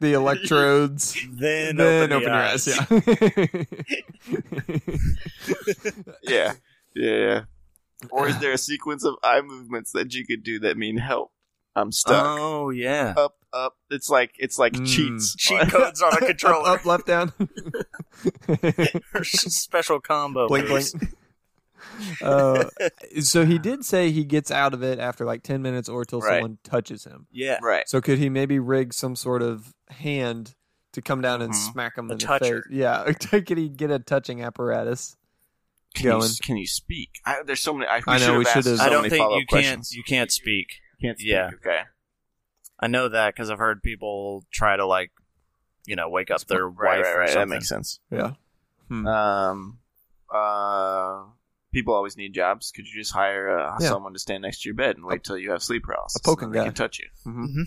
Speaker 1: [LAUGHS]
Speaker 3: the electrodes,
Speaker 1: Then, open,
Speaker 3: then
Speaker 1: the
Speaker 3: open your
Speaker 1: [LAUGHS] eyes.
Speaker 3: eyes. Yeah.
Speaker 2: [LAUGHS]
Speaker 3: [LAUGHS]
Speaker 2: Yeah. Yeah. yeah. Or [SIGHS] is there a sequence of eye movements that you could do that mean help? I'm stuck.
Speaker 1: Oh yeah.
Speaker 2: up, up. It's like it's like
Speaker 1: Hmm.
Speaker 3: Mm.
Speaker 2: cheats.
Speaker 1: Cheat codes on a
Speaker 3: up, [LAUGHS]
Speaker 1: controller.
Speaker 3: up,
Speaker 1: [LAUGHS]
Speaker 3: left, down.
Speaker 1: Special combo.
Speaker 3: blink, blink.
Speaker 1: moves. [LAUGHS]
Speaker 3: Uh, so he did say he gets out of it after like ten minutes or till
Speaker 2: Right.
Speaker 3: someone touches him.
Speaker 1: Yeah.
Speaker 2: Right.
Speaker 3: So could he maybe rig some sort of hand to come down and
Speaker 2: Mhm.
Speaker 3: smack him
Speaker 1: Mm-hmm. A
Speaker 3: in
Speaker 1: toucher.
Speaker 3: the face? Yeah, [LAUGHS] could he get a touching apparatus?
Speaker 2: Can you,
Speaker 3: Going.
Speaker 2: can you speak? I, there's so many. I, we
Speaker 3: I know,
Speaker 2: should have
Speaker 3: we should
Speaker 2: asked
Speaker 3: have-
Speaker 2: so
Speaker 1: I don't
Speaker 2: many
Speaker 1: think
Speaker 2: follow-up
Speaker 1: you
Speaker 2: questions.
Speaker 1: can't. You can't speak.
Speaker 2: Can't speak.
Speaker 1: yeah.
Speaker 2: Okay.
Speaker 1: I know that because I've heard people try to like, you know, wake up their
Speaker 2: Right.
Speaker 1: wife
Speaker 2: Right.
Speaker 1: or
Speaker 2: Right.
Speaker 1: something.
Speaker 2: That makes sense.
Speaker 3: Yeah. Hmm.
Speaker 2: Um. Uh. People always need jobs. Could you just hire uh,
Speaker 3: Yeah.
Speaker 2: someone to stand next to your bed and wait till you have sleep paralysis?
Speaker 3: A poking
Speaker 2: and then they
Speaker 3: guy.
Speaker 2: can touch you.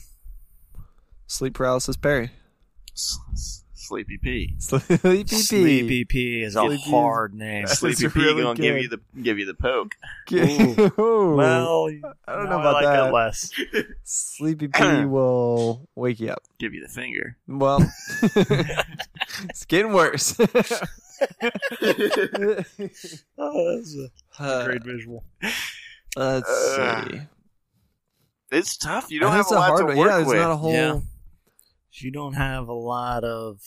Speaker 3: Sleep paralysis, Perry. [LAUGHS]
Speaker 2: S- s- Sleepy P.
Speaker 3: Sleepy P.
Speaker 1: Sleepy P is a
Speaker 3: Sleepy P.
Speaker 1: hard
Speaker 2: [LAUGHS]
Speaker 1: name.
Speaker 3: [LAUGHS] That's
Speaker 2: Sleepy P
Speaker 3: really
Speaker 2: gonna give
Speaker 3: good.
Speaker 2: you the give you the poke.
Speaker 3: [LAUGHS] Ooh.
Speaker 1: Well,
Speaker 3: I don't
Speaker 1: no,
Speaker 3: know about
Speaker 1: like
Speaker 3: that.
Speaker 1: less. [CLEARS THROAT]
Speaker 3: Sleepy P will wake you up.
Speaker 2: Give you the finger. [LAUGHS]
Speaker 3: Well, it's getting worse.
Speaker 1: Oh, that's a
Speaker 3: Uh,
Speaker 1: great visual.
Speaker 3: let's
Speaker 2: Uh,
Speaker 3: see.
Speaker 2: It's tough. You don't
Speaker 3: That's
Speaker 2: have a lot to
Speaker 3: one.
Speaker 2: work
Speaker 3: yeah,
Speaker 2: with.
Speaker 3: There's not a whole.
Speaker 1: Yeah. You don't have a lot of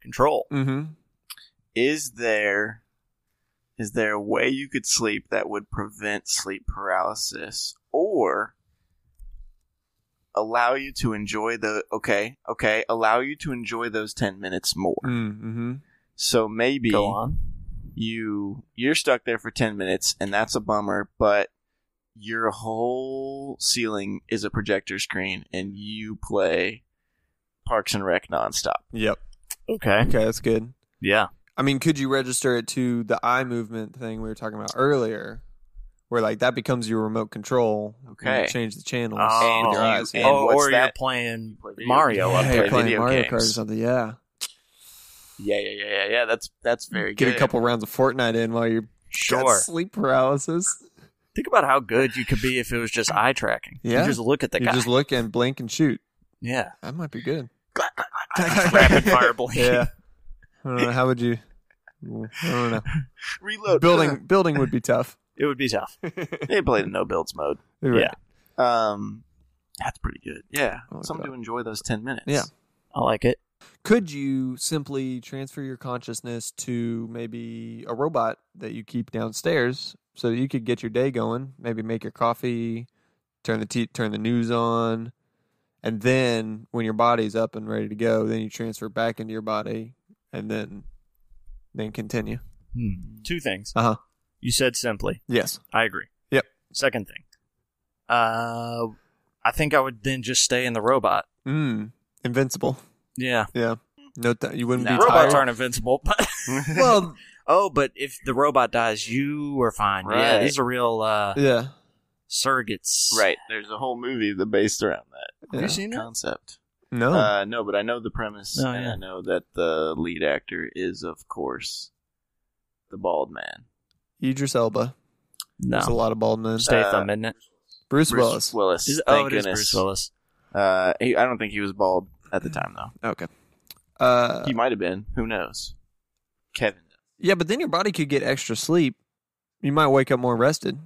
Speaker 1: control.
Speaker 3: Mm-hmm.
Speaker 2: is there is there a way you could sleep that would prevent sleep paralysis or allow you to enjoy the okay okay allow you to enjoy those 10 minutes more
Speaker 3: Mm-hmm.
Speaker 2: so maybe
Speaker 1: Go on.
Speaker 2: you you're stuck there for 10 minutes and that's a bummer but your whole ceiling is a projector screen and you play parks and rec nonstop
Speaker 3: Yep.
Speaker 1: Okay.
Speaker 3: Okay, that's good.
Speaker 1: Yeah.
Speaker 3: I mean, could you register it to the eye movement thing we were talking about earlier, where like that becomes your remote control? when you
Speaker 2: Okay.
Speaker 3: change the channels.
Speaker 1: Oh.
Speaker 3: with your
Speaker 2: And
Speaker 3: eyes,
Speaker 2: you-
Speaker 3: yeah.
Speaker 2: and
Speaker 1: or
Speaker 2: what's
Speaker 1: or you're
Speaker 2: that?
Speaker 1: playing
Speaker 2: play video
Speaker 1: Mario.
Speaker 2: games.
Speaker 1: up
Speaker 3: yeah,
Speaker 1: there.
Speaker 3: you're
Speaker 2: play
Speaker 3: playing
Speaker 2: video
Speaker 3: Mario
Speaker 2: games.
Speaker 3: Kart or something. Yeah,
Speaker 2: yeah yeah yeah yeah yeah that's that's very
Speaker 3: get
Speaker 2: good
Speaker 3: a couple rounds of Fortnite in while you're got
Speaker 1: Sure.
Speaker 3: sleep paralysis.
Speaker 1: Think about how good you could be if it was just eye tracking.
Speaker 3: Yeah.
Speaker 1: You just look at the
Speaker 3: you
Speaker 1: guy.
Speaker 3: just look and blink and shoot. [LAUGHS]
Speaker 1: yeah.
Speaker 3: That might be good.
Speaker 1: Rapid
Speaker 3: [LAUGHS]
Speaker 1: fire blink.
Speaker 3: Yeah, I don't know. How would you? I don't know.
Speaker 2: reload [LAUGHS]
Speaker 3: Building building would be tough.
Speaker 1: [LAUGHS] It would be tough.
Speaker 2: They played in no builds mode.
Speaker 3: You're
Speaker 1: Yeah.
Speaker 3: right.
Speaker 2: Um, that's pretty good. Yeah,
Speaker 3: Oh,
Speaker 2: something
Speaker 3: God.
Speaker 2: to enjoy those ten minutes.
Speaker 3: Yeah.
Speaker 1: I like it.
Speaker 3: could you simply transfer your consciousness to maybe a robot that you keep downstairs so that you could get your day going maybe make your coffee turn the t- turn the news on and then when your body's up and ready to go then you transfer back into your body and then then continue
Speaker 1: Hmm. Two things.
Speaker 3: uh-huh
Speaker 1: You said simply.
Speaker 3: yes
Speaker 1: I agree.
Speaker 3: Yep.
Speaker 1: Second thing, uh, I think I would then just stay in the robot.
Speaker 3: mm invincible
Speaker 1: Yeah,
Speaker 3: no th- you wouldn't
Speaker 2: Nah.
Speaker 3: be
Speaker 1: robots
Speaker 3: tired
Speaker 1: aren't invincible. [LAUGHS] But
Speaker 3: well
Speaker 1: oh, but if the robot dies, you are fine. Yeah,
Speaker 2: Right.
Speaker 1: these are real uh,
Speaker 3: yeah,
Speaker 1: surrogates.
Speaker 2: Right. There's a whole movie that based around that
Speaker 1: Have
Speaker 3: yeah.
Speaker 1: you seen that?
Speaker 2: concept.
Speaker 3: no
Speaker 2: Uh, no, but I know the premise,
Speaker 1: Oh,
Speaker 2: and
Speaker 1: yeah.
Speaker 2: I know that the lead actor is, of course, the bald man,
Speaker 3: Idris Elba. There's a
Speaker 1: No,
Speaker 3: lot of bald men.
Speaker 1: Statham, isn't it?
Speaker 3: Bruce,
Speaker 2: Bruce
Speaker 3: Willis.
Speaker 2: Willis.
Speaker 1: Uh, Is-
Speaker 2: thank
Speaker 1: oh, it is
Speaker 2: goodness.
Speaker 1: Bruce Willis. Mm.
Speaker 2: Uh, he, I don't think he was bald at the time, though.
Speaker 3: Okay. Uh,
Speaker 2: he might have been. Who knows? Kevin.
Speaker 3: yeah, but then your body could get extra sleep. You might wake up more rested.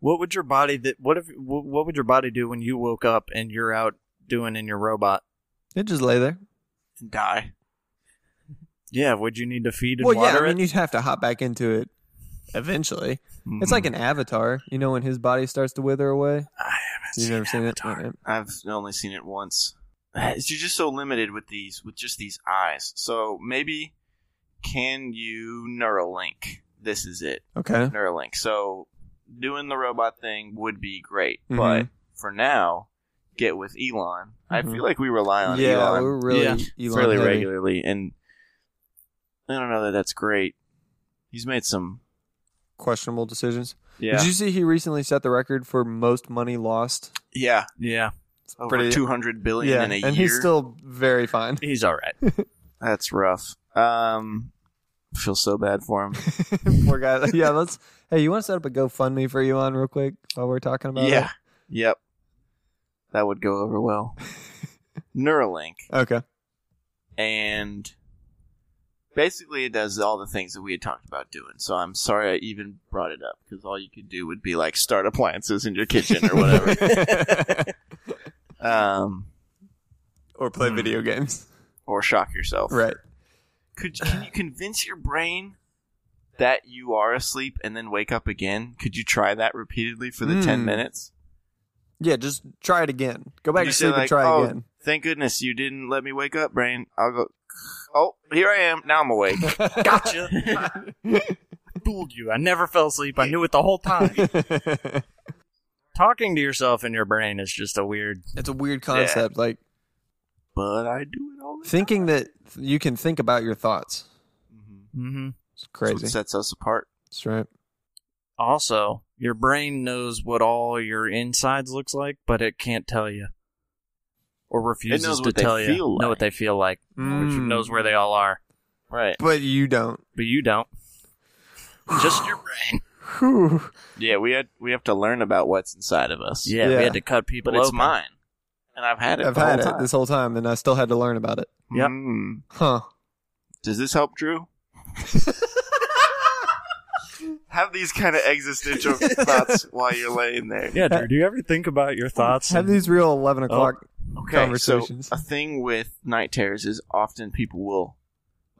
Speaker 1: What would your body that? What if? wh- What would your body do when you woke up and you're out doing in your robot?
Speaker 3: It just lay there.
Speaker 2: Die.
Speaker 1: Yeah, would you need to feed and
Speaker 3: Well, yeah,
Speaker 1: water
Speaker 3: I mean,
Speaker 1: it?
Speaker 3: you'd have to hop back into it eventually.
Speaker 2: Mm-hmm.
Speaker 3: It's like an avatar, you know, when his body starts to wither away.
Speaker 2: Hmm. I haven't
Speaker 3: You've
Speaker 2: seen
Speaker 3: never seen
Speaker 2: Avatar.
Speaker 3: it? Alright.
Speaker 2: I've only seen it once. [SIGHS] is you're just so limited with these with just these eyes. So maybe can you Neuralink? This is
Speaker 3: [LAUGHS]
Speaker 2: it.
Speaker 3: Okay.
Speaker 2: Neuralink. So doing the robot thing would be great,
Speaker 3: Mhm.
Speaker 2: but for now, get with Elon. I
Speaker 3: Mhm.
Speaker 2: feel like we rely on
Speaker 3: yeah,
Speaker 2: Elon
Speaker 3: we're really
Speaker 1: Yeah.
Speaker 3: Elon
Speaker 2: fairly
Speaker 3: heavy.
Speaker 2: regularly, and I don't know that that's great. He's made some.
Speaker 3: questionable decisions.
Speaker 2: Yeah,
Speaker 3: Did you see he recently set the record for most money lost?
Speaker 2: yeah,
Speaker 1: Yeah,
Speaker 2: over
Speaker 3: pretty-
Speaker 2: two hundred billion in a
Speaker 3: and
Speaker 2: year.
Speaker 3: he's still very fine.
Speaker 1: he's all
Speaker 3: [LAUGHS]
Speaker 1: right.
Speaker 2: that's rough. Um, I feel so bad for him.
Speaker 3: [LAUGHS]
Speaker 2: [LAUGHS]
Speaker 3: Poor guy. Yeah, let's. Hey, you want to set up a GoFundMe for Elon real quick while we're talking about
Speaker 2: yeah, yep, that would go over
Speaker 3: [LAUGHS]
Speaker 2: well. Neuralink. [LAUGHS]
Speaker 3: it? Okay.
Speaker 2: and basically it does all the things that we had talked about doing. So I'm sorry I even brought it up because all you could do would be like start appliances in your kitchen or
Speaker 3: [LAUGHS]
Speaker 2: whatever. um,
Speaker 3: or play
Speaker 2: Hmm.
Speaker 3: video games.
Speaker 2: or shock yourself.
Speaker 3: Right.
Speaker 2: Could can you convince your brain that you are asleep and then wake up again? Could you try that repeatedly for the ten
Speaker 3: Hmm.
Speaker 2: minutes?
Speaker 3: Yeah, just try it again. Go back
Speaker 2: You
Speaker 3: to
Speaker 2: say
Speaker 3: sleep
Speaker 2: like,
Speaker 3: and try
Speaker 2: "Oh,
Speaker 3: again.
Speaker 2: Thank goodness you didn't let me wake up, brain. I'll go. Oh, here I am. Now I'm
Speaker 3: [LAUGHS]
Speaker 2: awake.
Speaker 1: Gotcha. Fooled you. I never fell asleep. I knew it the whole
Speaker 3: [LAUGHS]
Speaker 1: time.
Speaker 2: oh.
Speaker 1: Talking to yourself in your brain is just a weird.
Speaker 3: it's a weird concept. Like
Speaker 2: but I do it all the
Speaker 3: thinking that you can think about your thoughts.
Speaker 2: Mm-hmm.
Speaker 1: Mm-hmm.
Speaker 3: It's
Speaker 2: That's what
Speaker 3: crazy.
Speaker 2: sets us apart.
Speaker 3: That's right.
Speaker 1: Also, your brain knows what all your insides looks like, but it can't tell you, or refuses
Speaker 2: knows
Speaker 1: to
Speaker 2: what they
Speaker 1: tell you
Speaker 2: feel
Speaker 1: know
Speaker 2: like.
Speaker 1: what they feel like, which
Speaker 3: Mm.
Speaker 1: knows where they all are,
Speaker 2: Right.
Speaker 3: But you don't.
Speaker 1: but you don't. just your brain.
Speaker 3: Whew.
Speaker 2: Yeah, we had we have to learn about what's inside of us.
Speaker 1: Yeah,
Speaker 3: Yeah.
Speaker 1: we had to cut people.
Speaker 2: But it's
Speaker 1: open.
Speaker 2: mine. And I've had it.
Speaker 3: I've
Speaker 2: the
Speaker 3: had
Speaker 2: whole
Speaker 3: it
Speaker 2: time.
Speaker 3: this whole time, and I still had to learn about it.
Speaker 1: Yep.
Speaker 2: Mm.
Speaker 3: Huh.
Speaker 2: Does this help
Speaker 3: [LAUGHS]
Speaker 2: Drew? have these kind of existential thoughts while you're laying there.
Speaker 1: Yeah, Drew, do you ever think about your thoughts?
Speaker 3: Have
Speaker 1: and-
Speaker 3: these real eleven
Speaker 2: Oh.
Speaker 3: o'clock
Speaker 2: Okay,
Speaker 3: conversations.
Speaker 2: So a thing with night terrors is often people will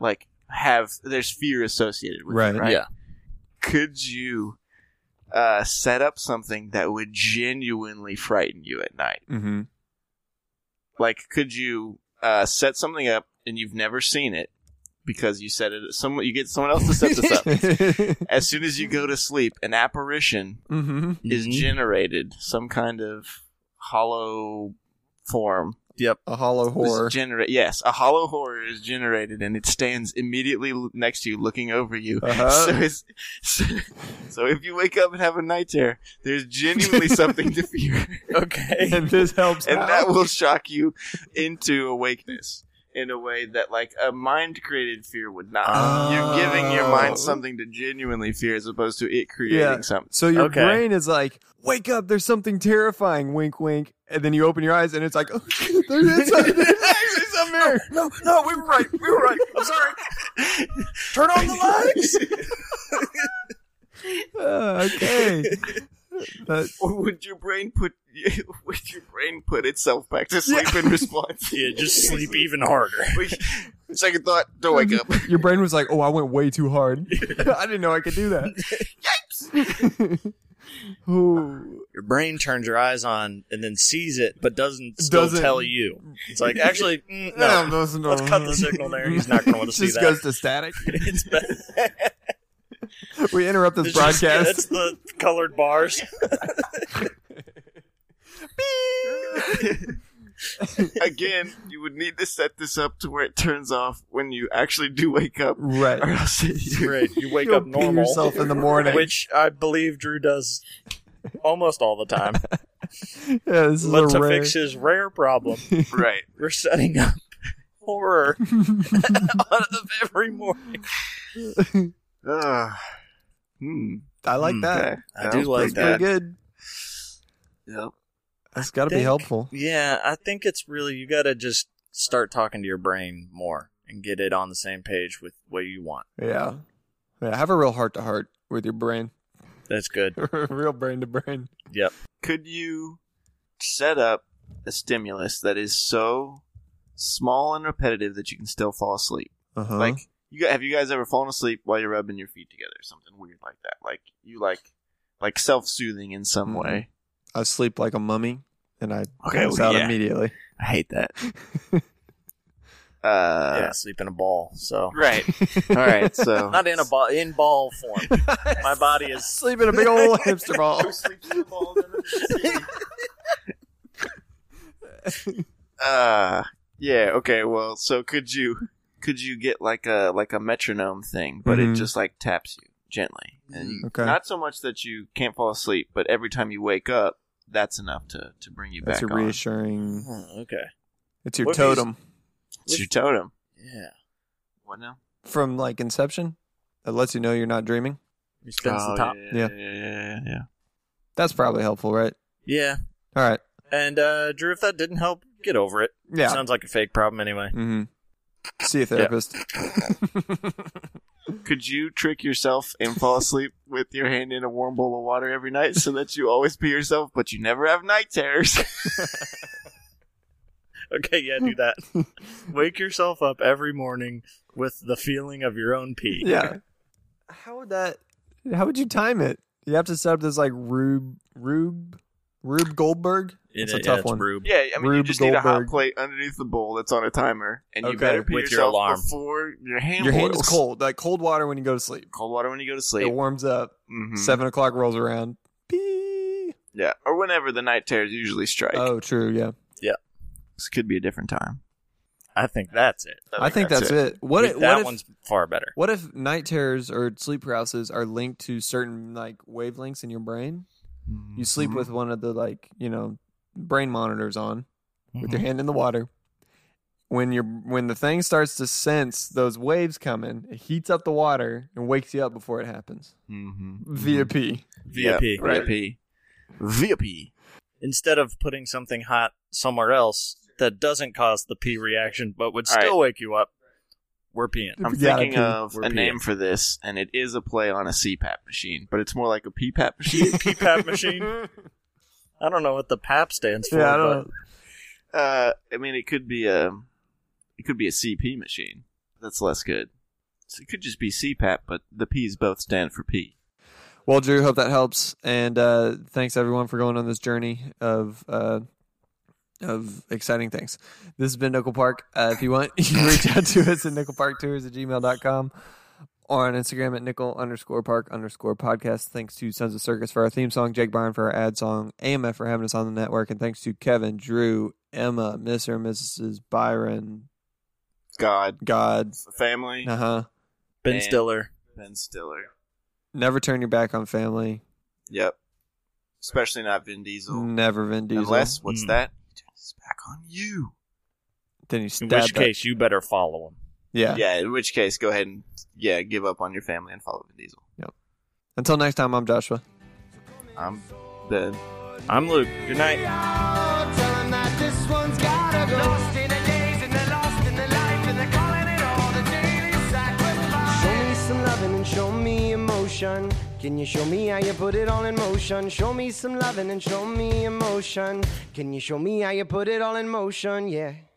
Speaker 2: like have there's fear associated with
Speaker 3: Right.
Speaker 2: it, right?
Speaker 1: Yeah.
Speaker 2: Could you uh, set up something that would genuinely frighten you at night?
Speaker 3: mm-hmm.
Speaker 2: like could you uh, set something up and you've never seen it because you set it someone you get someone else to set this up as soon as you go to sleep an apparition
Speaker 3: [LAUGHS] mm-hmm.
Speaker 2: is
Speaker 1: Mhm.
Speaker 2: generated some kind of hollow form
Speaker 1: Yep.
Speaker 3: A hollow horror.
Speaker 2: is genera- yes a hollow horror is generated and it stands immediately l- next to you looking over you [LAUGHS]
Speaker 3: Uh-huh.
Speaker 2: so, it's, so, so if you wake up and have a night terror there's
Speaker 3: [LAUGHS]
Speaker 2: genuinely something to fear
Speaker 1: [LAUGHS] Okay.
Speaker 3: and this
Speaker 2: [LAUGHS]
Speaker 3: helps.
Speaker 2: and
Speaker 3: out.
Speaker 2: that will shock you into awakeness in a way that like a mind created fear would not. You're giving your
Speaker 3: Oh.
Speaker 2: mind something to genuinely fear as opposed to it creating
Speaker 3: Yeah. [LAUGHS]
Speaker 2: something.
Speaker 3: So your
Speaker 1: Okay.
Speaker 3: brain is like, wake up, there's something terrifying, wink, wink. And then you open your eyes and it's like, oh, there's, there's actually something there.
Speaker 2: No, no, we were right. We were right. I'm sorry. Turn on the lights.
Speaker 3: [LAUGHS] Uh, okay. But-
Speaker 2: or would your brain put [LAUGHS] would your brain put itself back to sleep in response?
Speaker 1: [LAUGHS] Yeah,
Speaker 3: [LAUGHS]
Speaker 1: just sleep even harder.
Speaker 2: [LAUGHS] We- Second thought, don't
Speaker 1: [LAUGHS]
Speaker 2: wake up.
Speaker 3: your brain was like, oh, I went way too hard. [LAUGHS] I didn't know I could do that. Yikes. [LAUGHS] Ooh.
Speaker 1: Your brain turns your eyes on and then sees it, but doesn't still
Speaker 3: Doesn't-
Speaker 1: tell you. It's like actually,
Speaker 3: [LAUGHS]
Speaker 1: mm,
Speaker 3: No,
Speaker 1: no.
Speaker 3: those- no,
Speaker 1: Let's cut the signal there. He's not
Speaker 3: [LAUGHS]
Speaker 1: gonna wanna see
Speaker 3: just
Speaker 1: that.
Speaker 3: goes to static.
Speaker 1: [LAUGHS] It's, be-
Speaker 3: [LAUGHS] We interrupt [LAUGHS] this
Speaker 1: it's just- yeah,
Speaker 3: broadcast.
Speaker 1: it's the colored
Speaker 3: [LAUGHS]
Speaker 1: bars.
Speaker 2: Again, you would need to set this up to where it turns off when you actually do wake up. [LAUGHS]
Speaker 3: right.
Speaker 2: Or else you
Speaker 1: Right, you wake
Speaker 3: [LAUGHS] You'll
Speaker 1: up
Speaker 3: pee
Speaker 1: normal,
Speaker 3: yourself in the morning.
Speaker 1: which I believe Drew does almost all the time.
Speaker 3: [LAUGHS] yeah, this is
Speaker 1: but
Speaker 3: a
Speaker 1: to
Speaker 3: rare-
Speaker 1: fix his rare problem,
Speaker 2: [LAUGHS] right.
Speaker 1: we're setting up [LAUGHS] horror [LAUGHS] out of every morning.
Speaker 2: Uh, hmm.
Speaker 3: I like
Speaker 1: Mm,
Speaker 3: that.
Speaker 2: Okay.
Speaker 1: I do like
Speaker 2: pretty
Speaker 3: Pretty
Speaker 1: that.
Speaker 3: good.
Speaker 2: Yep.
Speaker 3: That's got to be
Speaker 1: think-
Speaker 3: helpful.
Speaker 1: Yeah, I think it's really you got to just start talking to your brain more and get it on the same page with what you want.
Speaker 3: Yeah. Yeah. Have a real heart to heart with your brain. [LAUGHS]
Speaker 1: That's good.
Speaker 3: real brain to brain.
Speaker 1: Yep.
Speaker 2: Could you set up a stimulus that is so small and repetitive that you can still fall asleep?
Speaker 3: Uh-huh.
Speaker 2: Like, you gu- have you guys ever fallen asleep while you're rubbing your feet together? Something weird like that. Like you like like self soothing in some
Speaker 1: Mm-hmm.
Speaker 3: Mhm.
Speaker 2: way.
Speaker 3: I sleep like a mummy and I
Speaker 2: Okay,
Speaker 3: pass
Speaker 2: well,
Speaker 3: out
Speaker 2: Oh, yeah.
Speaker 3: immediately.
Speaker 2: I hate that. [LAUGHS] Uh,
Speaker 1: yeah, sleep in a ball.
Speaker 2: [LAUGHS]
Speaker 1: So
Speaker 2: Right. All right. So
Speaker 1: [LAUGHS] not in a ball, in ball form. My body
Speaker 3: [LAUGHS]
Speaker 1: is
Speaker 3: Sleep in a big old [LAUGHS] hamster ball.
Speaker 1: [LAUGHS]
Speaker 2: [LAUGHS] Uh, yeah. Okay. Well, so could you could you get like a like a metronome thing, but
Speaker 3: Mhm.
Speaker 2: it just like taps you gently, and
Speaker 3: Okay.
Speaker 2: not so much that you can't fall asleep, but every time you wake up, that's enough to to bring you
Speaker 3: That's a
Speaker 2: back on.
Speaker 3: reassuring.
Speaker 1: Hmm, okay.
Speaker 3: It's your
Speaker 1: What if you-
Speaker 3: totem
Speaker 2: It's your totem.
Speaker 1: Yeah,
Speaker 2: What now?
Speaker 3: from like Inception. That lets you know you're not dreaming.
Speaker 1: he
Speaker 2: Oh,
Speaker 1: spins the top.
Speaker 2: Yeah. Yeah. Yeah. yeah.
Speaker 3: That's probably helpful, right?
Speaker 1: Yeah,
Speaker 3: All right.
Speaker 1: and uh, Drew, if that didn't help, get over it.
Speaker 3: Yeah.
Speaker 1: Sounds like a fake problem anyway.
Speaker 3: mm-hmm. See a [LAUGHS] therapist.
Speaker 2: Could you trick yourself and fall asleep with your hand in a warm bowl of water every night so that you always be yourself, but you never have night terrors? [LAUGHS]
Speaker 1: Okay, yeah, do
Speaker 3: [LAUGHS]
Speaker 1: that. Wake yourself up every morning with the feeling of your own pee.
Speaker 3: yeah. How would that? How would you time it? You have to set up this like Rube Rube Rube Goldberg.
Speaker 1: It-
Speaker 3: It's a
Speaker 1: yeah,
Speaker 3: tough
Speaker 1: it's
Speaker 3: one.
Speaker 1: Rube.
Speaker 2: Yeah, I mean, you
Speaker 3: Rube
Speaker 2: just need a hot
Speaker 3: Goldberg.
Speaker 2: plate underneath the bowl that's on a timer, and
Speaker 3: Okay,
Speaker 2: you better pee
Speaker 1: with your
Speaker 2: yourself
Speaker 1: alarm.
Speaker 2: before your hand
Speaker 3: Your
Speaker 2: boils.
Speaker 3: hand is cold, like cold water when you go to sleep.
Speaker 2: Cold water when you go to
Speaker 3: It
Speaker 2: sleep.
Speaker 3: warms up.
Speaker 2: hmm
Speaker 3: Seven o'clock rolls around. Pee.
Speaker 2: Yeah, or whenever the night terrors usually strike.
Speaker 3: Oh, true. Yeah.
Speaker 2: This could be a different time.
Speaker 1: I think that's it.
Speaker 3: I think Oh, that's, it. What?
Speaker 1: What
Speaker 3: if,
Speaker 1: that
Speaker 3: what if,
Speaker 1: one's far better.
Speaker 3: What if night terrors or sleep paralysis are linked to certain like wavelengths in your brain? You sleep with one of the like, you know, brain monitors on with your hand in the water. When your when the thing starts to sense those waves coming, it heats up the water and wakes you up before it happens.
Speaker 2: Mm-hmm.
Speaker 3: Via P.
Speaker 1: VP.
Speaker 2: Right. VP. VP.
Speaker 1: Instead of putting something hot somewhere else that doesn't cause the pee reaction but would
Speaker 2: All
Speaker 1: still wake you up, we're peeing.
Speaker 2: I'm
Speaker 3: Yeah,
Speaker 2: thinking
Speaker 3: pee.
Speaker 2: of
Speaker 1: We're
Speaker 2: a
Speaker 1: peeing.
Speaker 2: name for this, and it is a play on a CPAP machine, but it's more like a PPAP
Speaker 3: [LAUGHS]
Speaker 2: machine.
Speaker 1: PPAP machine. I don't know what the PAP stands for.
Speaker 3: Yeah, I
Speaker 1: but
Speaker 3: don't
Speaker 2: Uh, I mean, it could be a, it could be a CP machine. That's less good. So it could just be CPAP, but the P's both stand for P.
Speaker 3: Well, Drew, hope that helps, and uh, thanks everyone for going on this journey of uh, of exciting things. This has been Nickel Park. Uh, if you want, [LAUGHS] you can reach out to us at nickelparktours at gmail.com or on Instagram at nickel underscore park underscore podcast. Thanks to Sons of Circus for our theme song, Jake Byron for our ad song, AMF for having us on the network, and thanks to Kevin, Drew, Emma, Mr. and Mrs. Byron,
Speaker 2: God,
Speaker 3: God,
Speaker 2: family,
Speaker 3: uh huh.
Speaker 1: Ben
Speaker 2: Man.
Speaker 1: Stiller.
Speaker 2: Ben Stiller.
Speaker 3: Never turn your back on family.
Speaker 2: Yep. Especially not Vin Diesel.
Speaker 3: Never Vin Mm, Diesel.
Speaker 2: Unless what's
Speaker 1: Mm.
Speaker 2: that? He turns his back on you.
Speaker 3: then you
Speaker 1: In
Speaker 3: stab
Speaker 1: which
Speaker 3: that-
Speaker 1: case, you better follow him.
Speaker 3: yeah.
Speaker 2: Yeah. In which case, go ahead and yeah, give up on your family and follow Vin Diesel.
Speaker 3: Until next time, I'm Joshua.
Speaker 2: I'm dead.
Speaker 1: I'm Luke. Good night.
Speaker 4: Tell 'em that this one's gotta go. Lost in the days and they're lost in the life and they're calling it all the daily sacrifice. Show me some loving and show me emotion. Can you show me how you put it all in motion? Show me some loving and show me emotion. Can you show me how you put it all in motion? Yeah.